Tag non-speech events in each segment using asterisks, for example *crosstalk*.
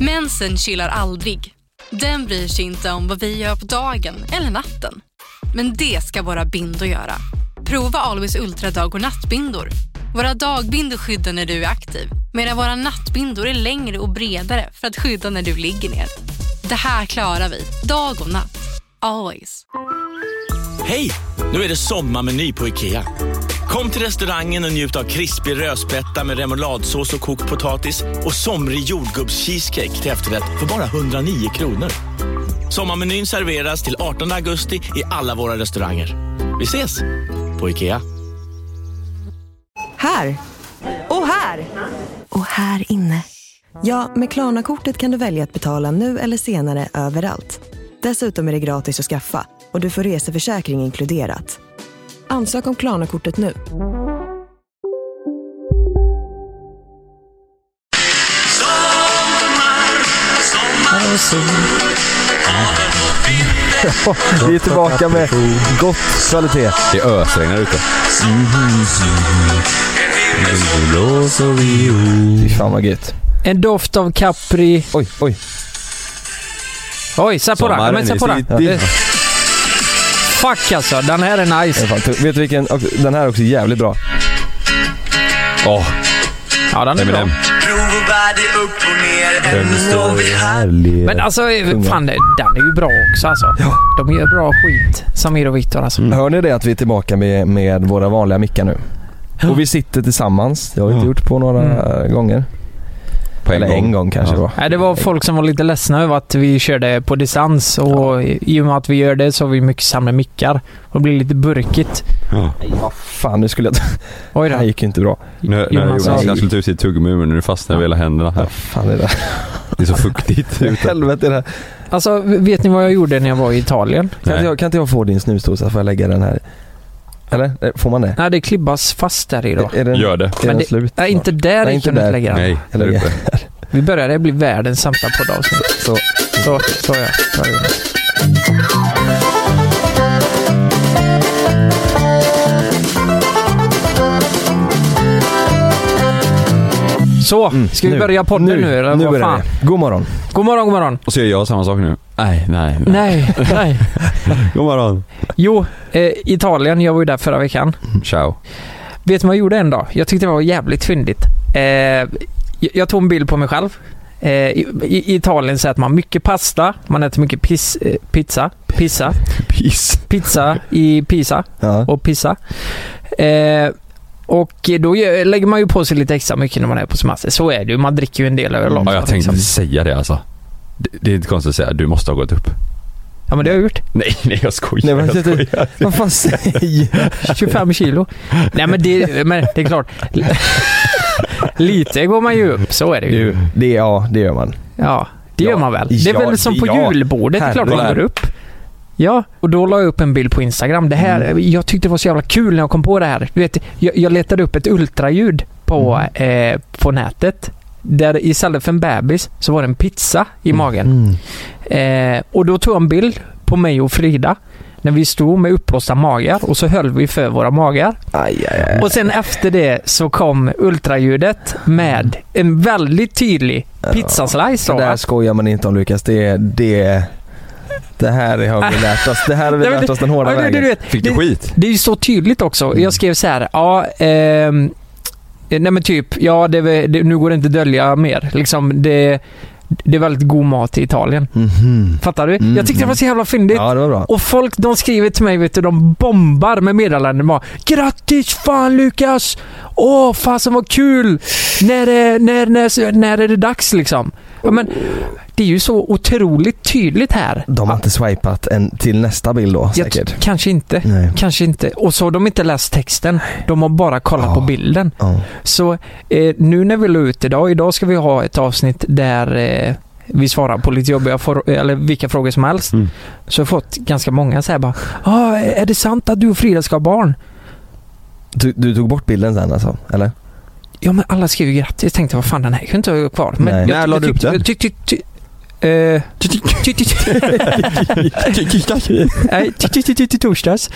Mensen chillar aldrig. Den bryr sig inte om vad vi gör på dagen eller natten. Men det ska våra bindor göra. Prova Always Ultra dag och nattbindor. Våra dagbindor skyddar när du är aktiv medan våra nattbindor är längre och bredare för att skydda när du ligger ner. Det här klarar vi, dag och natt. Always. Hej! Nu är det sommarmeny på IKEA. Kom till restaurangen och njut av krispig rödspätta med remouladsås och kokt potatis och somrig jordgubbscheesecake till efterrätt för bara 109 kronor. Sommarmenyn serveras till 18 augusti i alla våra restauranger. Vi ses! På IKEA. Här! Och här! Och här inne. Ja, med Klarna-kortet kan du välja att betala nu eller senare överallt. Dessutom är det gratis att skaffa och du får reseförsäkring inkluderat. Ansök om Klarna-kortet nu. Vi är tillbaka med gott kvalitet. Det ösregnar ute. Mm-hmm. Fy fan vad gött. En doft av Capri. Oj, oj. Oj, Sappora. Ja, men Sommaren är Sappora. tidig. Eh, Fuck alltså, den här är Den nice. är fan tung. Vet du vilken? Och Den här är också jävligt bra. Åh, Ja, den är bra. Eminem. Men alltså, eh, fan, eh, den är ju bra också alltså. De gör bra skit, Samir och Viktor alltså. Hör ni det att vi är tillbaka med, med våra vanliga mickar nu? Och vi sitter tillsammans. Det har vi inte Ja. gjort på några gånger. På en Eller gång. en gång kanske Ja. det var. Mm. Nej, det var folk som var lite ledsna över att vi körde på distans och i och med att vi gör det så har vi mycket sämre mickar och det blir lite burkigt. Ja. Nej, vad fan. Nu skulle jag... Oj Det då. här gick ju inte bra. När, när Jonas, Jonas nej. skulle ta ut sitt tuggummi men nu fastnar vi hela händerna här. Vad fan är det här? Det är så *laughs* fuktigt ute. Helvete är det här. Alltså, vet ni vad jag gjorde när jag var i Italien? Kan inte, Nej. jag, kan inte jag få din snusdosa? Får jag lägga den här? Eller? Eh, Får man det? Nej, det klibbas fast där i då. Är, är den, Gör det. Är Men den det- slut? Nej, inte där Nej, Nej, inte inte kan du där. inte lägga den. Nej, Eller- där uppe. Vi börjar det bli världens sämsta poddavsnitt. Så. Så, så ja. Så ja. Så, ska vi Mm, nu. börja podden nu, eller nu vad är fan? det. God morgon. God morgon, god morgon. Och så gör jag samma sak nu. Nej, nej, nej. Nej, nej. God morgon. Jo, eh, Italien. Jag var ju där förra veckan. Ciao. Vet du vad jag gjorde en dag? Jag tyckte det var jävligt fyndigt. Eh, jag, jag tog en bild på mig själv. Eh, i, I Italien så äter man mycket pasta, man äter mycket pis, eh, pizza, pizza, Peace. pizza i pizza Ja. och pizza. Eh, och då gör- lägger man ju på sig lite extra mycket när man är på semester. Så är det ju, man dricker ju en del öl också. Ja, jag tänkte liksom. säga det alltså. Det, det är inte konstigt att säga, du måste ha gått upp. *laughs* ja men det har jag gjort. Nej, nej jag skojar. Nej, men, jag skojar. vad fan säger jag? *laughs* 25 kilo. Nej men det, men det är klart. *laughs* Lite går man ju upp, så är det ju. Du, det, ja, det gör man. Ja, det Ja, gör man väl? Det är ja, väl som på ja. julbordet, det är klart man Herregud. går upp. Ja, och då la jag upp en bild på Instagram. Det här, Mm. Jag tyckte det var så jävla kul när jag kom på det här. Du vet, jag, jag letade upp ett ultraljud på, Mm. eh, på nätet. Där istället för en bebis så var det en pizza i Mm. magen. Eh, och då tog jag en bild på mig och Frida. När vi stod med uppblåsta magar och så höll vi för våra magar. Aj, aj, aj. Och sen efter det så kom ultraljudet med en väldigt tydlig pizzaslice. Så då, va? där skojar man inte om Lukas. Det, det, det här har vi lärt oss. Det här har vi Nej, men lärt det- oss den hårda Ja, det- vägen. Mm. det- vet, Fick du det- skit? Det är ju så tydligt också. Jag skrev så här, ja, ehm, nej men typ, ja det, är väl- det, nu går det inte att dölja mer. Liksom, det, det är väldigt god mat i Italien. Mhm. Fattar du? Mm. Jag tyckte det var så jävla fyndigt. Ja, det var bra. Och folk de skriver till mig, vet du, de bombar med meddelanden. Bara, Grattis fan Lukas! Åh, fasen vad kul! När, är- när, när, när är det dags liksom? Ja, men, det är ju så otroligt tydligt här. De har inte swipat en till nästa bild då, Jag, t- säkert. kanske inte. Nej. Kanske inte. Och så har de inte läst texten. De har bara kollat Ja. på bilden. Ja. Så eh, nu när vi la ut idag, idag ska vi ha ett avsnitt där eh, vi svarar på lite jobbiga for- eller vilka frågor som helst. Mm. Så jag har fått ganska många så här bara ah, “Är det sant att du och Frida ska ha barn?” Du, du tog bort bilden sen alltså? *laughs* Eller? Ja men alla skrev ju grattis. Tänkte vad fan den här kan ju inte ha kvar. Men Nej. jag, När la du upp den? Jag tyckte... Ty- eh, ty- ty- ty- ty- ty- *laughs* nej, ty- ty- ty- ty- ty- Torsdags.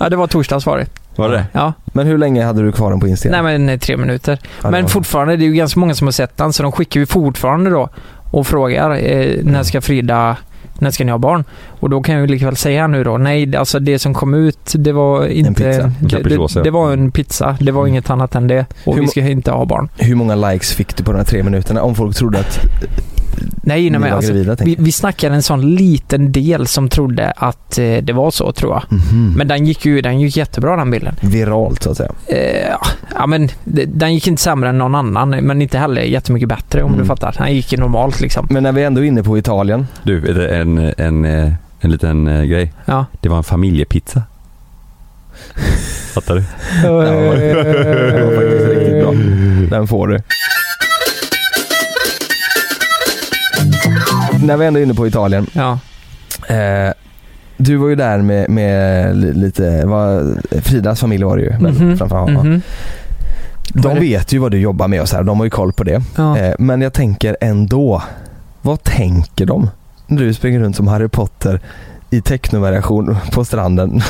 Ja, det var torsdags var det. Var det det? Ja. Men hur länge hade du kvar den på Instagram? Nej men eh, tre minuter. Ja, det Men var- fortfarande, det är ju ganska många som har sett den, så de skickar ju fortfarande då och frågar eh, Mm. när ska Frida, när ska ni ha barn? Och då kan jag ju likväl säga nu då, nej alltså det som kom ut det var inte... pizza. En Mm. det, capricciosa, det, ja. det var en pizza, det var inget annat än det. Och Hur vi må- ska inte ha barn. Hur många likes fick du på de här tre minuterna? Om folk trodde att Nej, ni nej var men alltså, gravida vi, tänker vi snackade en sån liten del som trodde att eh, det var så tror jag. jag. Mhm. Men den gick ju den gick jättebra den bilden. Viralt så att säga. Eh, ja, ja, men det- den gick inte sämre än någon annan, men inte heller jättemycket bättre om Mm. du fattar. Den gick ju normalt liksom. Men när vi ändå är inne på Italien. Du, vet du, en, en, eh, en liten eh, grej. Ja. Det var en familjepizza. Fattar du? Det var faktiskt riktigt bra. Den får du. När vi ändå är inne på Italien. Ja, Eh, du var ju där med, med li- lite, vad, Fridas familj var det ju. men Mhm. Framför, ja. mhm. De vet ju vad du jobbar med och så här, de har ju koll på det. Ja. Eh, men jag tänker ändå, vad tänker de? När du springer runt som Harry Potter i technovariation på stranden.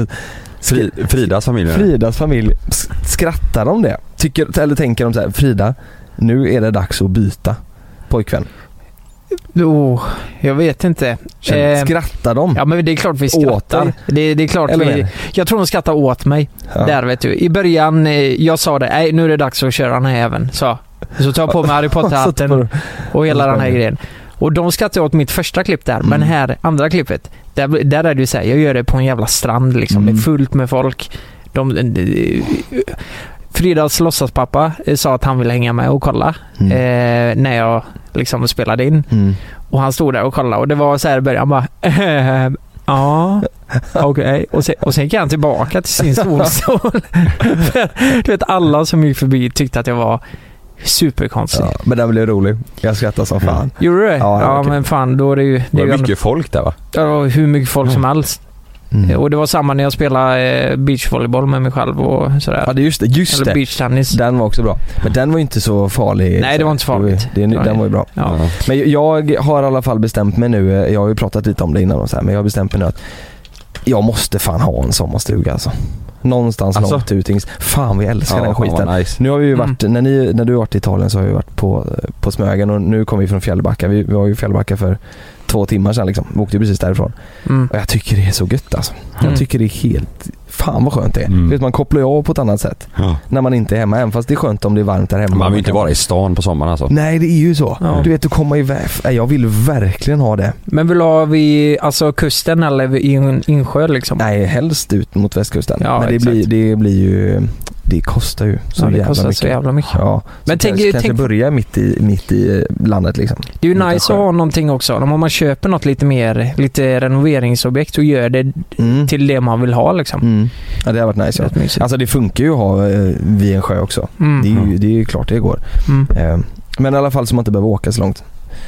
*laughs* Fri, Fridas familj menar du? Fridas familj, s- skrattar de det? Tycker, eller tänker de så här, Frida, nu är det dags att byta pojkvän. Oh, jag vet inte. Känner- Eh, skrattar de? Ja men det är klart vi skrattar. dig? Det, det är klart Eller vad är vi, det? jag tror de skrattar åt mig. Ja. Där vet du. I början, eh, jag sa det, nej nu är det dags att köra den här även. Så, så tar jag på *laughs* mig Harry Satt på- Potter-hatten och hela den här grejen. Och de skrattade åt mitt första klipp där, men Mm. här andra klippet, där, där är det ju såhär, jag gör det på en jävla strand liksom. Mm. Det är fullt med folk. De, de, Fridas låtsaspappa eh, sa att han ville hänga med och kolla Mm. eh, när jag liksom spelade in. Mm. Och han stod där och kollade och det var så här i början bara *laughs* ehm, Ja, okej. Och, sen, och sen gick han tillbaka till sin solstol. För, du vet alla som gick förbi tyckte att jag var superkonstig. Ja, men den blev rolig. Jag skrattar som fan. Gjorde du det? Ja, Ja, det var kul. men fan då är det ju... Det Det är var ju ändå, mycket folk där va? det var hur mycket folk som helst. Mm. Och det var samma när jag spelade eh, beachvolleyboll med mig själv och sådär. Ja, det är just det. Just Eller det. beachtennis. Den var också bra. Men den var ju inte så farlig. Nej, det var inte farligt. Det, det, Nej. den var ju bra. Ja. Men jag har i alla fall bestämt mig nu, eh, jag har ju pratat lite om det innan och så här, men jag har bestämt mig nu att jag måste fan ha en sommarstuga alltså. Någonstans Alltså? långt ut. ings- Fan vi älskar den fan, vad skiten. Nice. Nu har vi ju Mm. varit, när, ni, när du har varit i Italien så har vi varit på, på Smögen och nu kom vi från Fjällbacka. Vi, vi var ju i Fjällbacka för två timmar sedan liksom. Vi åkte ju precis därifrån. Mm. Och jag tycker det är så gött alltså. Mm. Jag tycker det är helt, fan vad skönt det är. Mm. Du Vet, man kopplar ju av på ett annat sätt Ja. när man inte är hemma. Även fast det är skönt om det är varmt där hemma. Man vill ju inte kan- vara i stan på sommaren alltså. Nej det är ju så. Ja. Du vet att komma iväg. Nej, Jag vill verkligen ha det. Men vill du ha vid alltså, kusten eller vid in, insjö liksom? Nej, helst ut mot västkusten. Ja, Men det exakt. blir, det blir ju... Det kostar ju så ja, det jävla kostar mycket. så jävla mycket. Ja, Men men tänk- tänk, kanske tänk- börja mitt i, mitt i landet liksom. Det är ju Utan nice skär. att ha någonting också. Om man köper något lite mer, lite renoveringsobjekt och gör det Mm. till det man vill ha liksom. Mm. Ja, det har varit nice. Ja. Rätt mysigt. Alltså det funkar ju att ha eh, vid en sjö också. Mm. Det är ju, det är ju klart det går. Mm. Eh, Men i alla fall så man inte behöver åka så långt.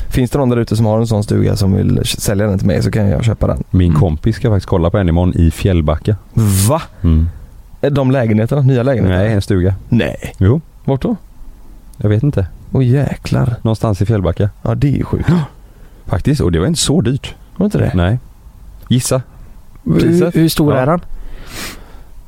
Finns det någon där ute som har en sån stuga som vill k- sälja den till mig så kan jag köpa den. Min kompis ska faktiskt kolla på en imorgon i Fjällbacka. Va? Mm. Är De lägenheterna? Nya lägenheterna? Nej, en stuga. Nej. Jo, Vart då? jag vet inte. Åh jäklar. Någonstans i Fjällbacka. Ja det är ju sjukt. Faktiskt, och det var inte så dyrt. Var det inte det? Nej. Gissa. Hur, Priset? hur stor Ja. är den?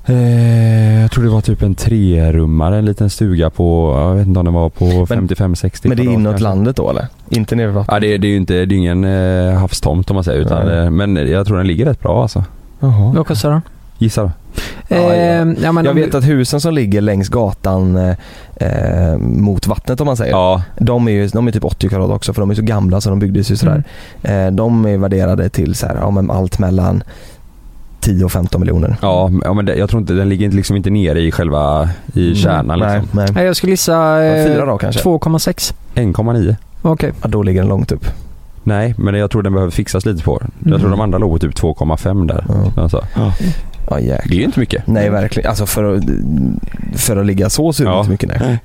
Eh, jag tror det var typ en trerummare, en liten stuga på, jag vet inte om den var på 55-60 Men det är kvadrat inåt kanske. landet då eller? Inte nere vid vattnet? Ja det, är- det är ju inte, det är ingen eh, havstomt om man säger utan, Nej. eh, men jag tror den ligger rätt bra alltså. Jaha. Vad kostar den? Gissa då. Ja, eh, ja. ja, men Jag om- vet att husen som ligger längs gatan eh, eh, mot vattnet om man säger. Ja, De är ju de är typ 80 kvadrat också för de är så gamla så de byggdes ju Mm. sådär. Mm. Eh, de är värderade till så här, ja, men allt mellan 10 och 15 miljoner. ja, ja men det, jag tror inte, den ligger inte- liksom inte nere i själva, i kärnan Mm. Nej, liksom. nej. Nej, jag skulle gissa Ja, eh, Fyra då kanske? 2,6. 1,9. Okej. Ja, då ligger den långt upp. Nej, men jag tror den behöver fixas lite på. Jag tror Mm. de andra låg på typ 2,5 där. Ja, Alltså. ja Det jäklar. är ju inte mycket. Nej verkligen, alltså för att, för att ligga så ser det Ja. inte mycket nej.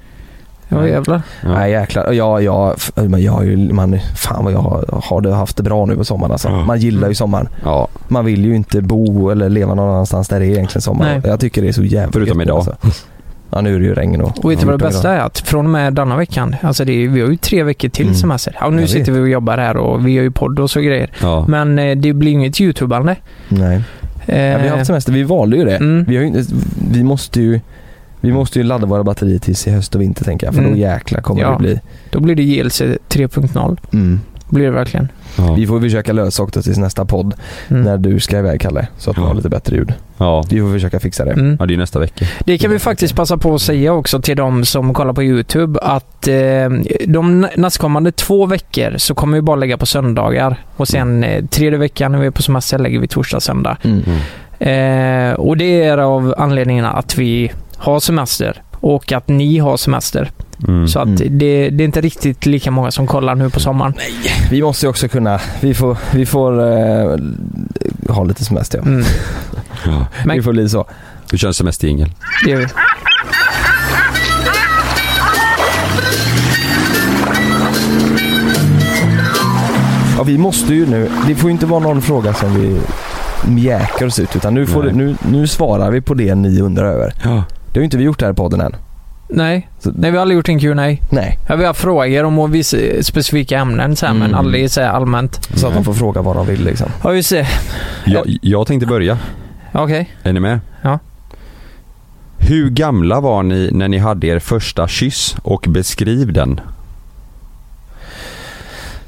Ja jävlar. Ja. Nej jäklar. Och Jag, jag, f- men jag har ju, man, fan vad jag har, har det haft det bra nu på sommaren alltså. Ja. Mm. Man gillar ju sommaren. Ja, Man vill ju inte bo eller leva någon annannanstans där det är egentligen sommar. Nej. Jag tycker det är så jävligt Förutom gött idag. Ja nu är det ju regn och Och vet du vad 14 det bästa grader. är? Att från och med denna veckan, alltså det är, vi har ju tre veckor till Mm. semester. Ja, och nu Jag sitter vi och jobbar här och vi gör ju podd och så grejer. ja. Men eh, det blir inget youtubande. Nej. Eh, Ja, vi har haft semester, vi valde ju det. mm. Vi, har ju, inte- vi måste ju Vi måste ju ladda våra batterier tills i höst och vinter tänker jag. För då Mm. jäkla kommer Ja. det bli. Då blir det JLC 3.0. Mm. Blir det verkligen. Ja. Vi får försöka lösa också tills nästa podd. Mm. När du ska iväg Kalle. Så att man Ja. har lite bättre ljud. Ja. Vi får försöka fixa det. Mm. ja, det är nästa vecka. Det kan vi faktiskt passa på att säga också till de som kollar på YouTube att eh, de nästkommande två veckor så kommer vi bara lägga på söndagar och sen eh, tredje veckan när vi är på semester lägger vi torsdag och söndag. Mm. Mm. Eh, och det är av anledningen att vi har semester och att ni har semester. Mm. Så att Mm. det, det är inte riktigt lika många som kollar nu på sommaren. Vi måste ju också kunna, vi får, vi får eh, ha lite semester. Ja. Mm. Ja. Men- Vi får bli så. Vi kör en semesterjingel. Det är, Ja, vi måste ju nu, det får ju inte vara någon fråga som vi mjäkar oss ut utan nu, får, Nej. nu, nu svarar vi på det ni undrar över. Ja. Det har ju inte vi gjort här i podden än. nej, Så- nej, vi har aldrig gjort en Q&A. Nej, Ja, vi har frågor om vissa specifika ämnen så här, men Mm. aldrig så här allmänt. så att de får fråga vad de vill liksom. Ja, just det. Jag, jag tänkte börja. Okej. Är ni med? Ja. Hur gamla var ni när ni hade er första kyss och beskriv den?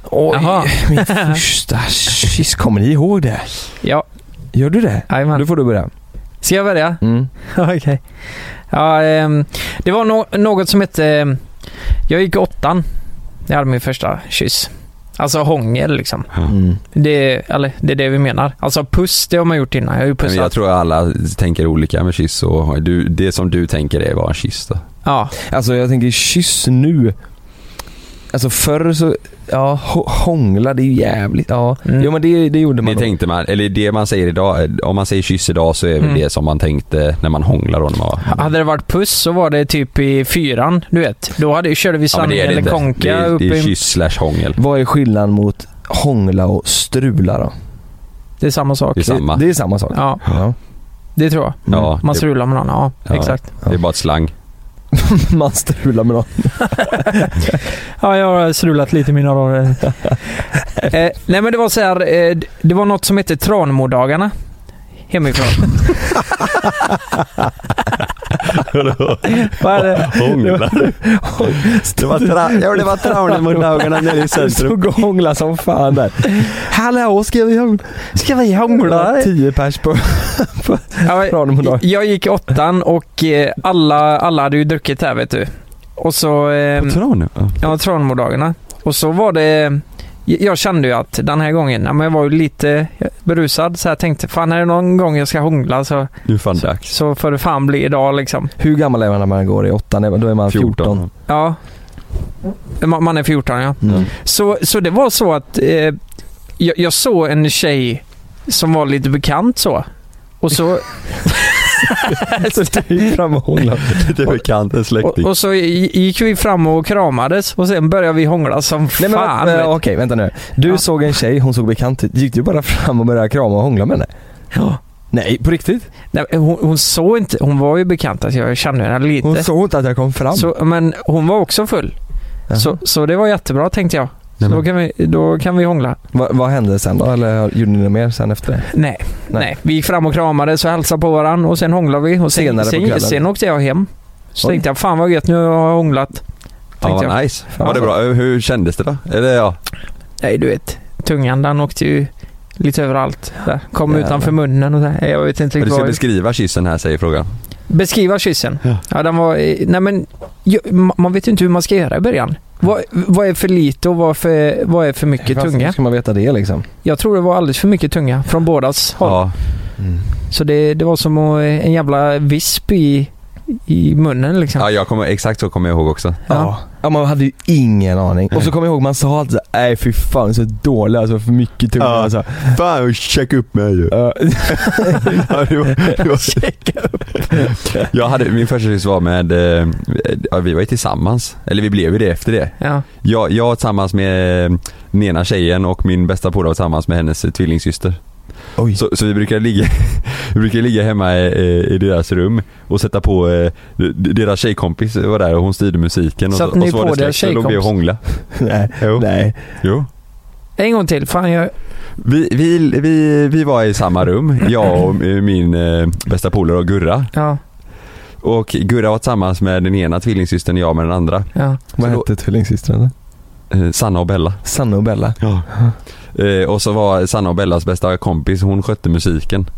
Oj, *laughs* *laughs* Jaha. min första kyss. Kommer ni ihåg det? Ja, Gör du det? Då jajamän. får du börja. Ska *laughs* jag börja? Mm. Okej. Ja, ehm, det var no- något som hette... ehm, jag gick i åttan. Jag hade min första kyss. Alltså hångel liksom. Mm. Det, eller, det är det vi menar. Alltså puss, det har man gjort innan. Jag har ju Men pussat. jag tror alla tänker olika med kyss och du, det som du tänker är var en kyss då. Ja, Alltså jag tänker kyss nu. Alltså förr så, ja, hå- hångla det är ju jävligt, ja. Mm. Jo men det, det gjorde man Det nog. tänkte man, eller det man säger idag, om man säger kyss idag så är väl Mm. det som man tänkte när man hånglade då när man var hade det varit puss så var det typ i fyran, du vet. Då hade, körde vi sanning eller Det konka är, upp det är i... kyss slash hångel. Vad är skillnaden mot hångla och strula då? Det är samma sak. Det är samma. Det är samma sak. Ja, Ja. *laughs* det tror jag. Mm. Ja, Man det, strular med någon, ja, Ja. exakt. det är bara ett slang. Man strular med någon. Ja, jag har strulat lite i mina dagar. *laughs* eh, nej men det var så här, eh, det var något som hette Tranmodagarna. *laughs* Hemifrån. Vad är det? *laughs* Hångla. Det var, tra- ja, det var trauner mot dagarna nere i centrum. Stod och hångla som fan där. Hallå, ska vi hångla? Ska vi Ja, Tio pers på Ja, planen på men dag. jag gick i åttan och eh, alla, alla hade ju druckit här vet du. Och så... Eh, Trauner? ja, Tranmodagarna. Och så var det... Jag kände ju att den här gången, ja, men jag var ju lite berusad så jag tänkte fan är det någon gång jag ska hångla så, Nu fan dags. så får det fan bli idag liksom. Hur gammal är man när man går i åttan? Då är man 14. Ja. Man, man är 14 ja. Mm. Så, så det var så att eh, jag, jag såg en tjej som var lite bekant så. *laughs* Och så, Så du gick fram och hånglade. *laughs* Lite bekant, en och, och så gi- gick vi fram och kramades och sen började vi hångla som Nej men fan. vänta, vet eh, du. okej vänta nu. Du Ja. såg en tjej, hon såg bekant ut. Gick du bara fram och började krama och hångla med henne? Ja. Nej, på riktigt? Nej, men hon, hon såg inte, hon var ju bekant, alltså jag kände henne lite. Hon såg inte att jag kom fram. så, men hon var också full. Jaha. Så, så det var jättebra tänkte jag. Så Nej, men- då, kan vi, då kan vi hångla. Va, vad hände sen då? Eller gjorde ni något mer sen efter det? Nej, nej. Vi gick fram och kramades och hälsade på varandra och sen hånglade vi. Och sen, Senare på sen, kvällen. sen åkte jag hem. Så Oj. tänkte jag, fan vad gött, nu har jag hånglat. Ja, Tänkte jag. vad nice. Var det bra? Hur kändes det då? Eller ja, Nej, du vet. Tungan den åkte ju lite överallt. Där. Kom Jävlar. utanför munnen och så. här. Jag vet inte du riktigt ska vad... beskriva kyssen här säger frågan. Beskriva kyssen. Ja. Ja. den var... eh, Nej men, ju- ma- man vet ju inte hur man ska göra i början. Vad, vad är för lite och vad, för, vad är för mycket Fast, Hur tunga? ska man veta det liksom? Jag tror det var alldeles för mycket tunga från bådas håll. Ja. Så det, det var som att, eh, en jävla visp i, i munnen liksom. ja, jag kommer, exakt så kommer jag ihåg också. Ja. Ja. ja man hade ju ingen aning. Och så kommer jag ihåg man sa alltid såhär, nej fy fan så dålig alltså för mycket tunga. Ja. *laughs* Alltså. Fan, checka upp mig ju. Ja. Checka upp. Jag hade, min första kyss var med, eh, ja, vi var ju tillsammans. Eller vi blev ju det efter det. Ja. Jag, jag tillsammans med eh, den ena tjejen och min bästa polare var tillsammans med hennes eh, tvillingsyster. *laughs* Oj. Så, så vi brukade ligga, *laughs* vi brukade ligga hemma i, eh, i deras rum och sätta på, eh, d- deras tjejkompis var där och hon styrde musiken och Satt ni och på deras så låg vi och tjejkompis? hånglade. nej. Jo. nej. Jo. En gång till. Fan, jag... Vi, vi, vi, vi var i samma rum, jag och eh, min eh, bästa polare och Gurra. Ja. Och Gurra var tillsammans med den ena tvillingsystern och jag med den andra. Ja. Vad Så hette tvillingsystrarna? Eh, Sanna och Bella. Sanna och Bella. Ja. Eh, och så var Sanna och Bellas bästa kompis, hon skötte musiken.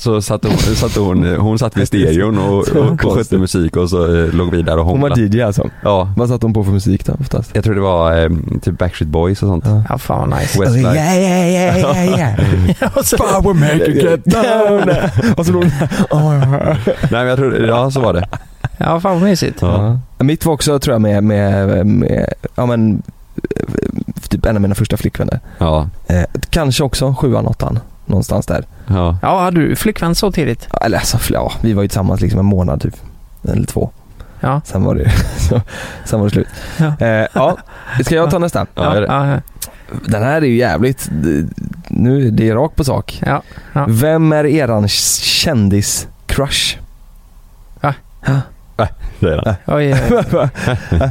Så satt hon, satt hon, hon satt vid stereon och, Så och, och skötte konstigt. musik och så eh, låg vi där och Hon hånglade. var DJ alltså. Ja, Vad satte hon på för musik då oftast? jag tror det var eh, typ Backstreet Boys och sånt. Ja. ja, fan vad nice. Westlife. yeah, yeah, yeah, *laughs* yeah. Och så- Power make you get down. Och så låg hon Nej men jag tror, ja så var det. ja, fan vad mysigt. Ja. Ja. Mitt var också tror jag med, med, med ja men, eh, typ en av mina första flickvänner. Ja. Eh, kanske också sjuan, åttan. Någonstans där. ja. Ja, hade du flickvän så tidigt? Ja, Eller alltså, fl- ja, vi var ju tillsammans liksom en månad typ. Eller två. Ja. Sen var det, så, *laughs* sen var det slut. Ja. Eh, ja, ska jag ta nästa? Ja, är det. ja, ja. Den här är ju jävligt, d- nu det är rakt på sak. Ja, ja. Vem är eran kändis-crush? Det är det. Oj, oj,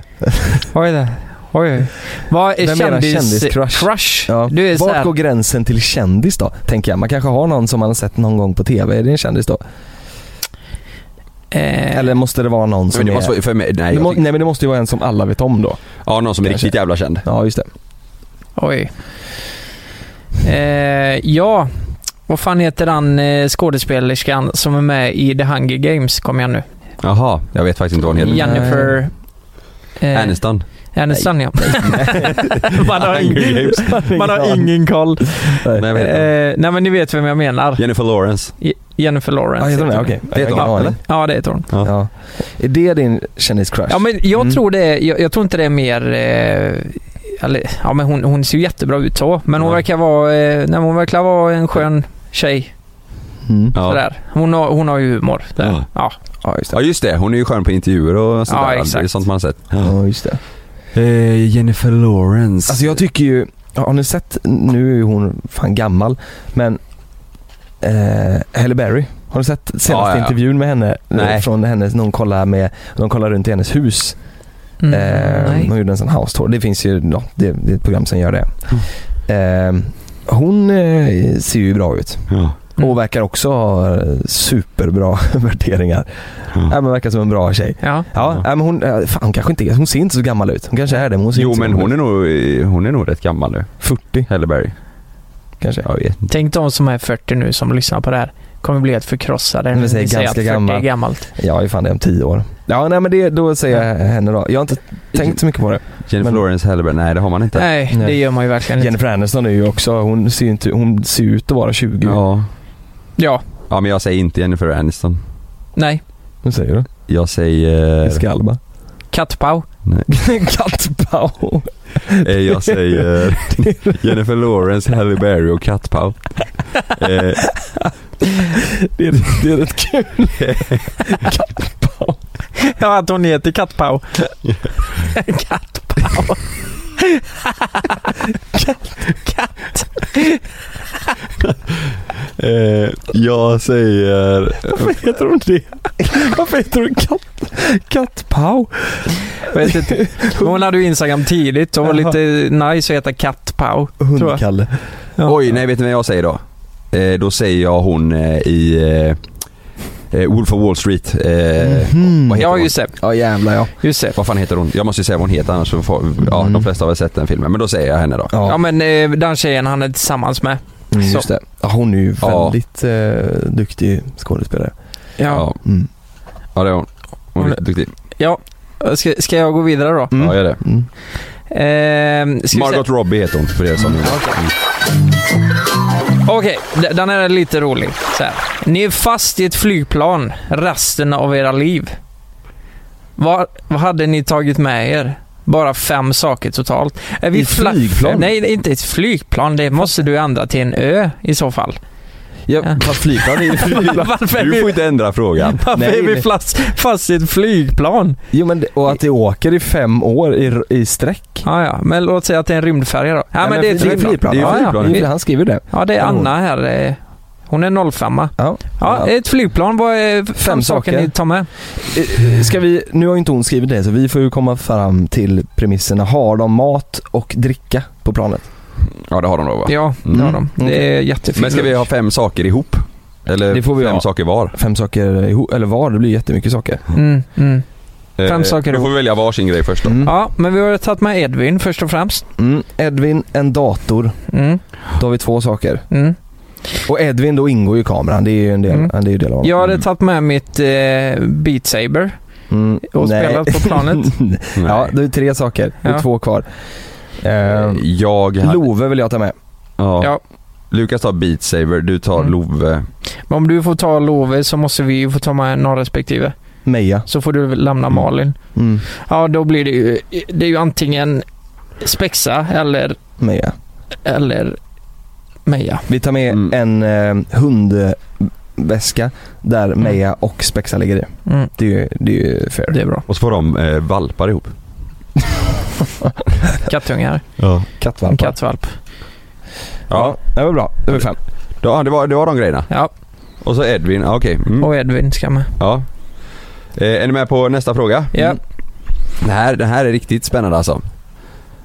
*laughs* oj. där. oj, oj. Vad är Vem är era kändis-crush? kändis-crush? Crush? Ja. Du är så Vart här, går gränsen till kändis då? Tänker jag. Man kanske har någon som man har sett någon gång på TV. Är det en kändis då? eh, Eller måste det vara någon som Men det är... måste vara, för mig, nej, det jag må... tycker- Nej men det måste ju vara en som alla vet om då. Ja någon som är riktigt jävla känd. Ja just det. Oj. Eh, ja, vad fan heter han eh, skådespelerskan som är med i The Hunger Games? Kom igen nu. Jaha, jag vet faktiskt inte vad hon heter. Jennifer... Eh, Aniston. Aniston, ja. man, har Hunger ingen, Games. *laughs* man har ingen koll. Nej, jag vet inte. Eh, nej men ni vet vem jag menar. Jennifer Lawrence. Je- Jennifer Ja, Lawrence. heter hon det? Okej. Det heter Jag har hon, ingen aning. Ja, det heter hon. Ja. Ja. Är det din kändis-crush? Ja, men jag Mm. tror det är, jag, jag tror inte det är mer... Eh, eller, ja, men hon, hon ser ju jättebra ut så, men hon Ja. verkar vara... Eh, nej, men hon verkar vara en skön tjej. Mm. Ja. Sådär. Hon, har, hon har ju humor. Där. Ja. Ja. Ja. ja just det. ja just det, hon är ju skön på intervjuer och sånt Ja, där. Det är exakt. sånt man har sett. Ja, just det. Eh, Jennifer Lawrence. Alltså jag tycker ju, har ni sett, nu är ju hon fan gammal, men eh, Halle Berry. Har ni sett senaste Ja, ja, ja. intervjun med henne? Nej. Från hennes, när hon kollar, med, när hon kollar runt i hennes hus. Mm, Eh, nej. hon gjorde en sån house tour. Det finns ju, ja, det, det är ett program som gör det. Mm. Eh, hon eh, ser ju bra ut Ja. Mm. och verkar också ha eh, superbra *laughs* värderingar. Ja. Ja, men verkar som en bra tjej. Ja. Ja, Mm. Ja. nej, men hon, eh, fan, hon kanske inte är, hon ser inte så gammal ut. Hon kanske är det men hon ser Jo inte så men gammal hon ut. är nog, eh, hon är nog rätt gammal nu. 40 Halle Berry. kanske. Jag vet inte. Tänk de som är 40 nu som lyssnar på det här. Kommer bli helt förkrossade Men när vi vi säger säger, ganska att 40 gammal. är gammalt. Ja, är fan det om tio år. Ja, nej men det, då säger jag henne då. Jag har inte tänkt så mycket på det. Jennifer Men- Lawrence, Halle Berry. Nej det har man inte. Nej, Nej. det gör man ju verkligen inte. Jennifer Aniston är ju också, hon ser ju inte, hon ser ju ut att vara 20. Ja. Ja, ja men jag säger inte Jennifer Aniston. nej. Vad säger du? Jag säger... Jessica *laughs* Alba. Kattpau. *laughs* Kattpau. Eh, jag säger *laughs* Jennifer Lawrence, Halle Berry och Kat Pau. Eh, Det är, det är rätt kul. *laughs* Ja, att hon heter Kattpau. Kattpau. Katt. eh, jag säger... Varför heter hon *laughs* det? Varför heter hon katt, Kattpau? Vet inte. Men Hon hade ju Instagram tidigt och var Jaha. lite nice att heta Kattpau. Hundkalle. Ja. Oj, nej vet ni vad jag säger då? Eh, då säger jag hon eh, i eh, eh, Wolf of Wall Street. Eh, Mhm. Vad heter Ja, hon? just det. Ja jävlar ja. Just det. Vad fan heter hon? Jag måste ju säga vad hon heter annars så får, ja, Mm. de flesta har väl sett den filmen. Men då säger jag henne då. Ja, Ja, men eh, den tjejen han är tillsammans med. mm, så. just det. Ja, hon är ju Ja. väldigt eh, duktig skådespelare. Ja, Mm. ja det är hon. Hon är Hon- riktigt duktig. Ja. Ska, ska jag gå vidare då? Ja, gör det. Mm. Ehm, ska vi se- Margot Robbie heter hon för er som mm. Okej, d- den här är lite rolig. Så här. Ni är fast i ett flygplan resten av era liv. Vad, vad hade ni tagit med er? Bara fem saker totalt. Är I ett flygplan? Nej, det är inte ett flygplan. Det måste du ändra till en ö i så fall. Ja, Ja. fast flygplan är ju... *laughs* Varför är *laughs* Du får vi, inte ändra frågan. *laughs* varför Nej, är nej. vi fast, fast i ett flygplan? Jo men det, och att det åker i fem år i, i sträck. Ja, ja. Men låt säga att det är en rymdfärja då. Ja, men, det är ett flygplan. Det är ju Ja, flygplan. Ja, Det är- Han skriver det. ja, det är Kanon. Anna här. eh, Hon är 05 ja, Ja. ja, ett flygplan. Vad är fem, Fem saker saker. ni tar med? Eh, Ska vi, nu har ju inte hon skrivit det så vi får ju komma fram till premisserna. Har de mat och dricka på planet? Ja det har de då va? Ja, det Mm. har de. Det är Okej. jättefint. Men ska vi ha fem saker ihop? Eller Det får vi fem göra. saker var. Fem saker ihop, eller var, det blir jättemycket saker. Mm, mm. Eh, Fem saker Då får vi välja varsin grej först då. Mm. Ja, men vi har tagit med Edvin först och främst. Mm. Edvin, en dator. Mm, Då har vi två saker. mm. Och Edvin, då ingår ju kameran. Det är ju en del, Mm. ja, det är ju del av honom. Jag hade tagit med mitt eh, Beat Saber Mm. och spelat på planet. *laughs* ja, det är tre saker. Det är Ja. två kvar. Eh, Jag hade... Love vill jag ta med. ja. ehm, Ja. Lukas tar Beat Saber, du tar Mm. Love. eh, Men om du får ta Love så måste vi ju få ta med någon respektive. Meja. Så får du lämna Mm. Malin. Mm. Ja, då blir det ju, det är ju antingen Spexa eller, Meja. eller Meja. Vi tar med Mm. en eh, hundväska där Mm. Meja och Spexa ligger i. Mm, Det är ju, det är ju fair. det är bra. Och så får de eh, valpar ihop. Kattungar. Ja. Kattvalpar. Kattvalp. Ja, Ja, det var bra. Det var fem. ja det, var, det var de grejerna. Ja, Och så Edvin, ja, okej. Mm. och Edvin ska med. Ja. Eh, är ni med på nästa fråga? Ja. Mm. Det här, det här är riktigt spännande alltså.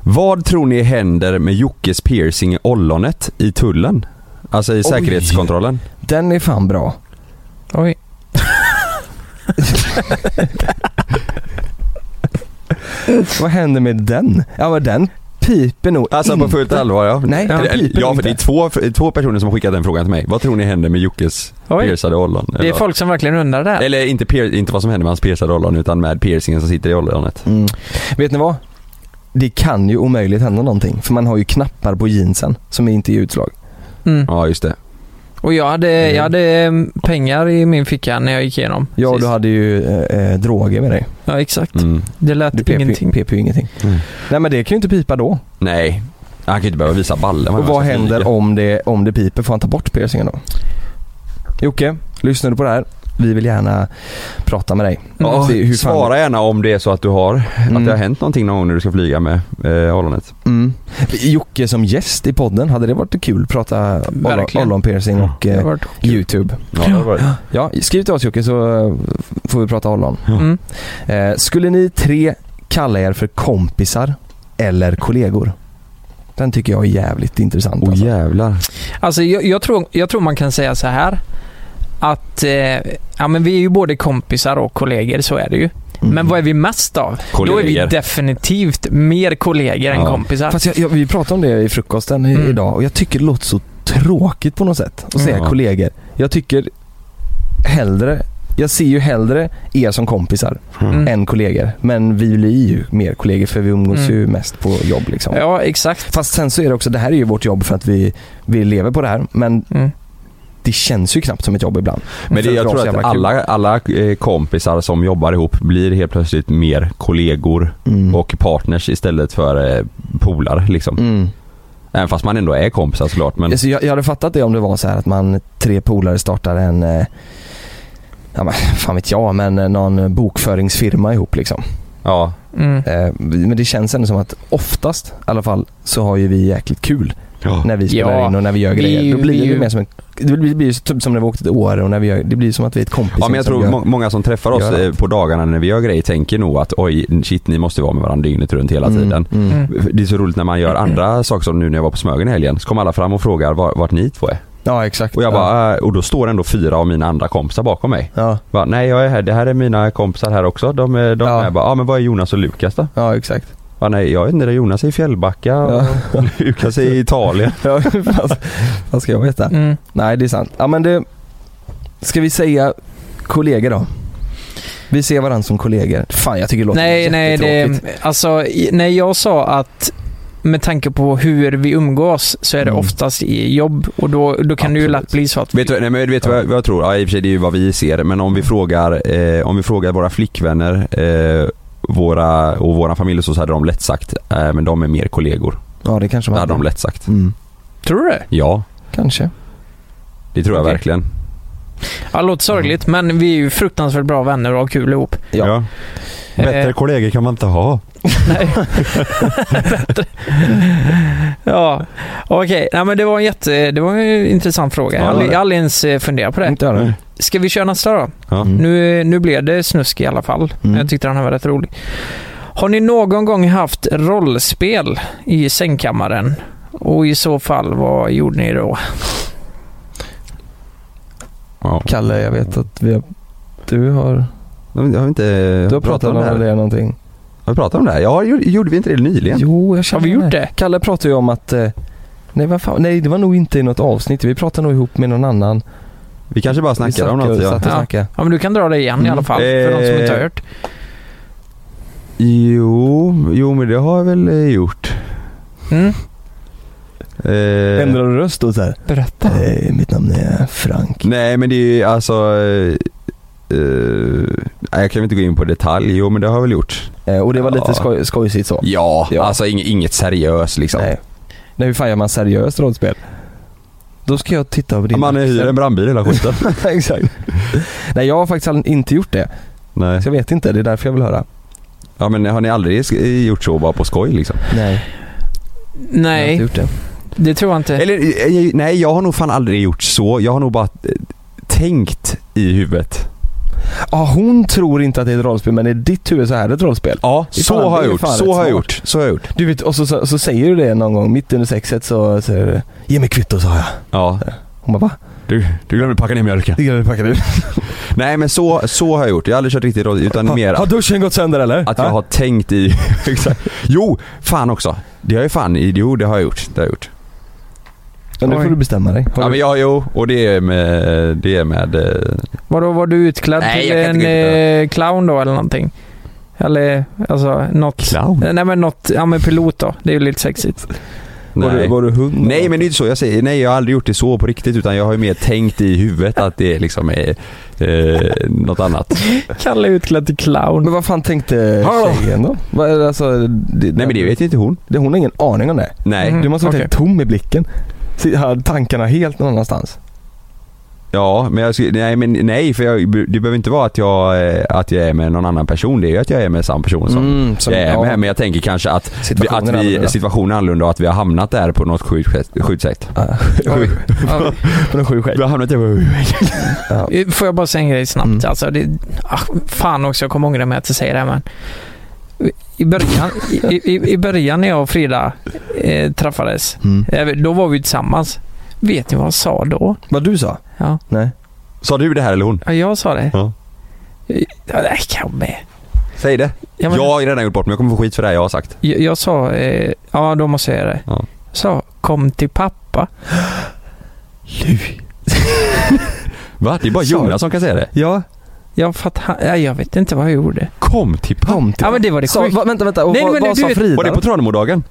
Vad tror ni händer med Jockes piercing i ollonet i tullen? Alltså i säkerhetskontrollen. Den är fan bra. Oj. Vad händer med den? Ja men den piper nog Alltså inte. på fullt allvar ja. Nej, ja, den piper ja för inte. det är två, två personer som har skickat den frågan till mig. Vad tror ni händer med Jockes Oj. piercade ollon? Det är Eller- folk som verkligen undrar det här. Eller inte, pier- inte vad som händer med hans piercade ollon utan med piercingen som sitter i ollonet. Mm. Vet ni vad? Det kan ju omöjligt hända någonting för man har ju knappar på jeansen som inte ger utslag. Mm. Ja just det. Och jag hade, jag hade mm, pengar i min ficka när jag gick igenom. Ja sist. du hade ju eh, eh, droger med dig. Ja, exakt. Mm. Det lät Du pep ju, ingenting. pep ju ingenting. Mm. Nej men det kan ju inte pipa då. Nej. Han kan ju inte behöva visa ballen. Och vad händer om det, om det piper? Får han ta bort piercingen då? Jocke, lyssnar du på det här? Vi vill gärna prata med dig. Mm. Ja, Se hur fan- svara gärna om det är så att du har, att Mm. det har hänt någonting någon gång när du ska flyga med eh, ollonet. Mm. Jocke som gäst i podden, hade det varit kul? Prata ollon- Verkligen. ollonpiercing Ja. och Det har eh, varit- YouTube. Ja, det var det. Ja, skriv till oss Jocke så eh, får vi prata ollon. Mm. Eh, skulle ni tre kalla er för kompisar eller kollegor? Den tycker jag är jävligt intressant. Åh alltså. jävlar. Alltså jag, jag, tror, jag tror man kan säga så här. Att eh, ja, men vi är ju både kompisar och kollegor, så är det ju. Mm. Men vad är vi mest av? Då är vi Kollegor. definitivt mer kollegor än Ja. kompisar. Fast jag, jag, vi pratade om det i frukosten i, Mm. idag och jag tycker det låter så tråkigt på något sätt att säga Mm. Ja. kollegor. Jag tycker hellre, jag ser ju hellre er som kompisar Hm. Mm. än kollegor. Men vi blir ju mer kollegor för vi umgås Mm. ju mest på jobb liksom. Ja, exakt. Fast sen så är det också, det här är ju vårt jobb för att vi, vi lever på det här men Mm. det känns ju knappt som ett jobb ibland. Men det, För jag de är tror så att jävla kul. alla, alla eh, kompisar som jobbar ihop blir helt plötsligt mer kollegor Mm. och partners istället för eh, polare liksom. Mm. Även fast man ändå är kompisar såklart men Alltså, jag, jag hade fattat det om det var så här att man tre polare startar en eh, Ja men fan vet jag men eh, någon bokföringsfirma ihop liksom. ja. Mm. Eh, men det känns ändå som att oftast i alla fall så har ju vi jäkligt kul när vi spelar Ja, in och när vi gör vi är grejer. ju- Då blir vi är det ju ju- mer som en, det blir, det blir ju typ som när vi åkte till Åre och när vi gör, det blir ju som att vi är ett kompis. Ja men jag som tror gör- må- många som träffar oss gör eh, på dagarna när vi gör grejer tänker nog att oj shit ni måste vara med varandra dygnet runt hela Mm, tiden. mm. Mm. Det är så roligt när man gör andra saker som nu när jag var på Smögen i helgen. Så kom alla fram och frågar var, vart ni två är. Ja exakt. Och jag Ja. bara, äh, och då står ändå fyra av mina andra kompisar bakom mig. Ja, Bara, Nej jag är här, det här är mina kompisar här också. De är, de Ja. är bara, ja ah, men vad är Jonas och Lukas då? ja exakt. Bara, nej jag vet inte, det är Jonas är i Fjällbacka och *laughs* Lukas är i Italien. *laughs* Ja, fast, vad ska jag veta? Mm. Nej, det är sant. Ja, men det... Ska vi säga kollegor då? Vi ser varandra som kollegor. Fan, jag tycker det låter Nej, nej, det, jättetråkigt. alltså, i- när jag sa att med tanke på hur vi umgås så är det Mm. oftast i jobb och då, då kan det ju Absolut. lätt bli så *laughs* att... Vet du, nej, men vet du vad, jag, vad jag tror? Ja, i och för sig det är ju vad vi ser, men om vi frågar, eh, om vi frågar våra flickvänner eh, våra, och våra familj så hade de lätt sagt, eh, men de är mer kollegor. Ja, det kanske Det man hade de lätt sagt. Mm. Tror du det? Ja, Kanske. det tror jag Okej. verkligen. Ja, det låter sorgligt, Mm. men vi är ju fruktansvärt bra vänner och har kul ihop. Ja. Eh. kollegor kan man inte ha. Nej. *laughs* ja, okej. Nej, men det var en jätte... Det var en intressant fråga. Jag Ja, har det var aldrig- det. Mm. jag har aldrig ens eh, funderat på det. Inte jag då. Ska vi köra nästa då? Ja. Mm. Nu, nu blev det snusk i alla fall. Mm. Jag tyckte den här var rätt rolig. Har ni någon gång haft rollspel i sängkammaren? Och i så fall, vad gjorde ni då? Ja. Kalle, jag vet att vi har, du har, Jag har inte... du har pratat om det här. någonting. Har vi pratat om det här? Ja, gjorde- gjorde vi inte det nyligen? Jo, jag känner Har vi gjort mig. det? Kalle pratade ju om att eh, Nej, vad fan, nej, det var nog inte i något avsnitt. Vi pratade nog ihop med någon annan. Vi Vi kanske bara snackade om något. Ja. satt och Ja. snackade. Ja, men du kan dra det igen i Mm. alla fall, för de som Eh. inte har hört. Jo, jo men det har jag väl eh, gjort. Mm. Eh, Ändrade du röst då så här? Berätta. Eh, mitt namn är Frank. Nej men det är ju alltså... Eh, eh, nej, jag kan väl inte gå in på detalj. Jo men det har jag väl gjort. Eh, och det var lite Ja. skoj, skojsigt så. Ja, Ja. alltså ing, inget seriöst liksom. Nej. nej, hur fan gör man seriöst rollspel? Då ska jag titta över din Man hyr en brandbil hela skiten. *laughs* Exakt. Nej, jag har faktiskt aldrig- inte gjort det. nej. Så jag vet inte, det är därför jag vill höra. Ja men har ni aldrig sk- gjort så bara på skoj liksom? Nej. Jag har inte Nej, gjort det. det tror jag inte. typ. Eller eh, eh, nej, jag har nog fan aldrig gjort så. Jag har nog bara eh, tänkt i huvudet. Ja, hon tror inte att det är ett rollspel, men i ditt huvud så är det ett rollspel. Ja, Det är så fan- har det är jag gjort. fan Så rätt har jag smart. gjort. Så har jag gjort. Du vet, och så, så, så säger du det någon gång, mitt under sexet så säger du Ge mig kvitto sa jag. Ja. Hon bara va? Du, du glömde packa ner *laughs* mjölken. Det du packade ut. Nej men så, så har jag gjort. Jag har aldrig kört riktigt roll, utan mer Har att, duschen gått sönder eller? att jag Ja. har tänkt i... *laughs* Exakt. jo, fan också. Det har jag ju fan i... Jo, det har jag gjort. Det har jag gjort. Men nu får du bestämma dig. Har Ja du- men jag, jo, och det är med... Det är med... eh, Vadå, var du utklädd Nej, till jag kan en inte gå ut eh, clown då eller någonting? Eller, alltså något... Clown? Nej men något, ja men pilot då. Det är ju *laughs* lite sexigt. var, du, Nej. var du hund? Nej men det är inte så jag säger. Nej jag har aldrig gjort det så på riktigt utan jag har ju mer tänkt i huvudet att det liksom är eh, något *laughs* annat. Kalle är utklädd till *laughs* clown. Men vad fan tänkte Hallå? tjejen då? Vad är det, alltså, det, Nej men det vet ju inte hon. det, Hon har ingen aning om det. Nej. Mm. Du måste ha varit okej. helt tom i blicken. Si- hade Tankarna helt någon annanstans. Ja men jag skulle, nej men nej för jag, det behöver inte vara att jag, eh, att jag är med någon annan person. Det är ju att jag är med samma person som Mm, som- jag är med. ja. Men jag tänker kanske att, vi, Situationen att är vi, annorlunda. situationen är annorlunda och att vi har hamnat där på något sjukt sätt- sjukt sätt. Ja. Oj. Ja, På någon sjuk Vi har hamnat där på... Eh, Får jag bara säga en grej snabbt? Mm. Alltså, det, ah, fan också, jag kommer ångra mig att jag säger det här men. I början, i, i, I början när jag och Frida eh, träffades, mm. eh, då var vi tillsammans. Vet ni vad han sa då? Vad du sa? Ja, Nej. Sa du det här eller hon? ja jag sa det. Ja. Eh, Ja, nej, kan med. Säg det. Ja, men, Jag har ju redan gjort bort mig, jag kommer få skit för det här jag har sagt. jag, jag sa, eh, ja då måste jag säga det. Ja. Jag sa, kom till pappa. Va? Det är bara Sa du? Jonas som kan säga det. Ja, Jag, fattar, ja, jag vet inte vad jag gjorde. Kom till pappa. kom till Ja men det var det Sa, sjukt. va, vänta, vänta. Och Nej, vad, men vad du sa vet- Frida? Var det på Tranemodagen?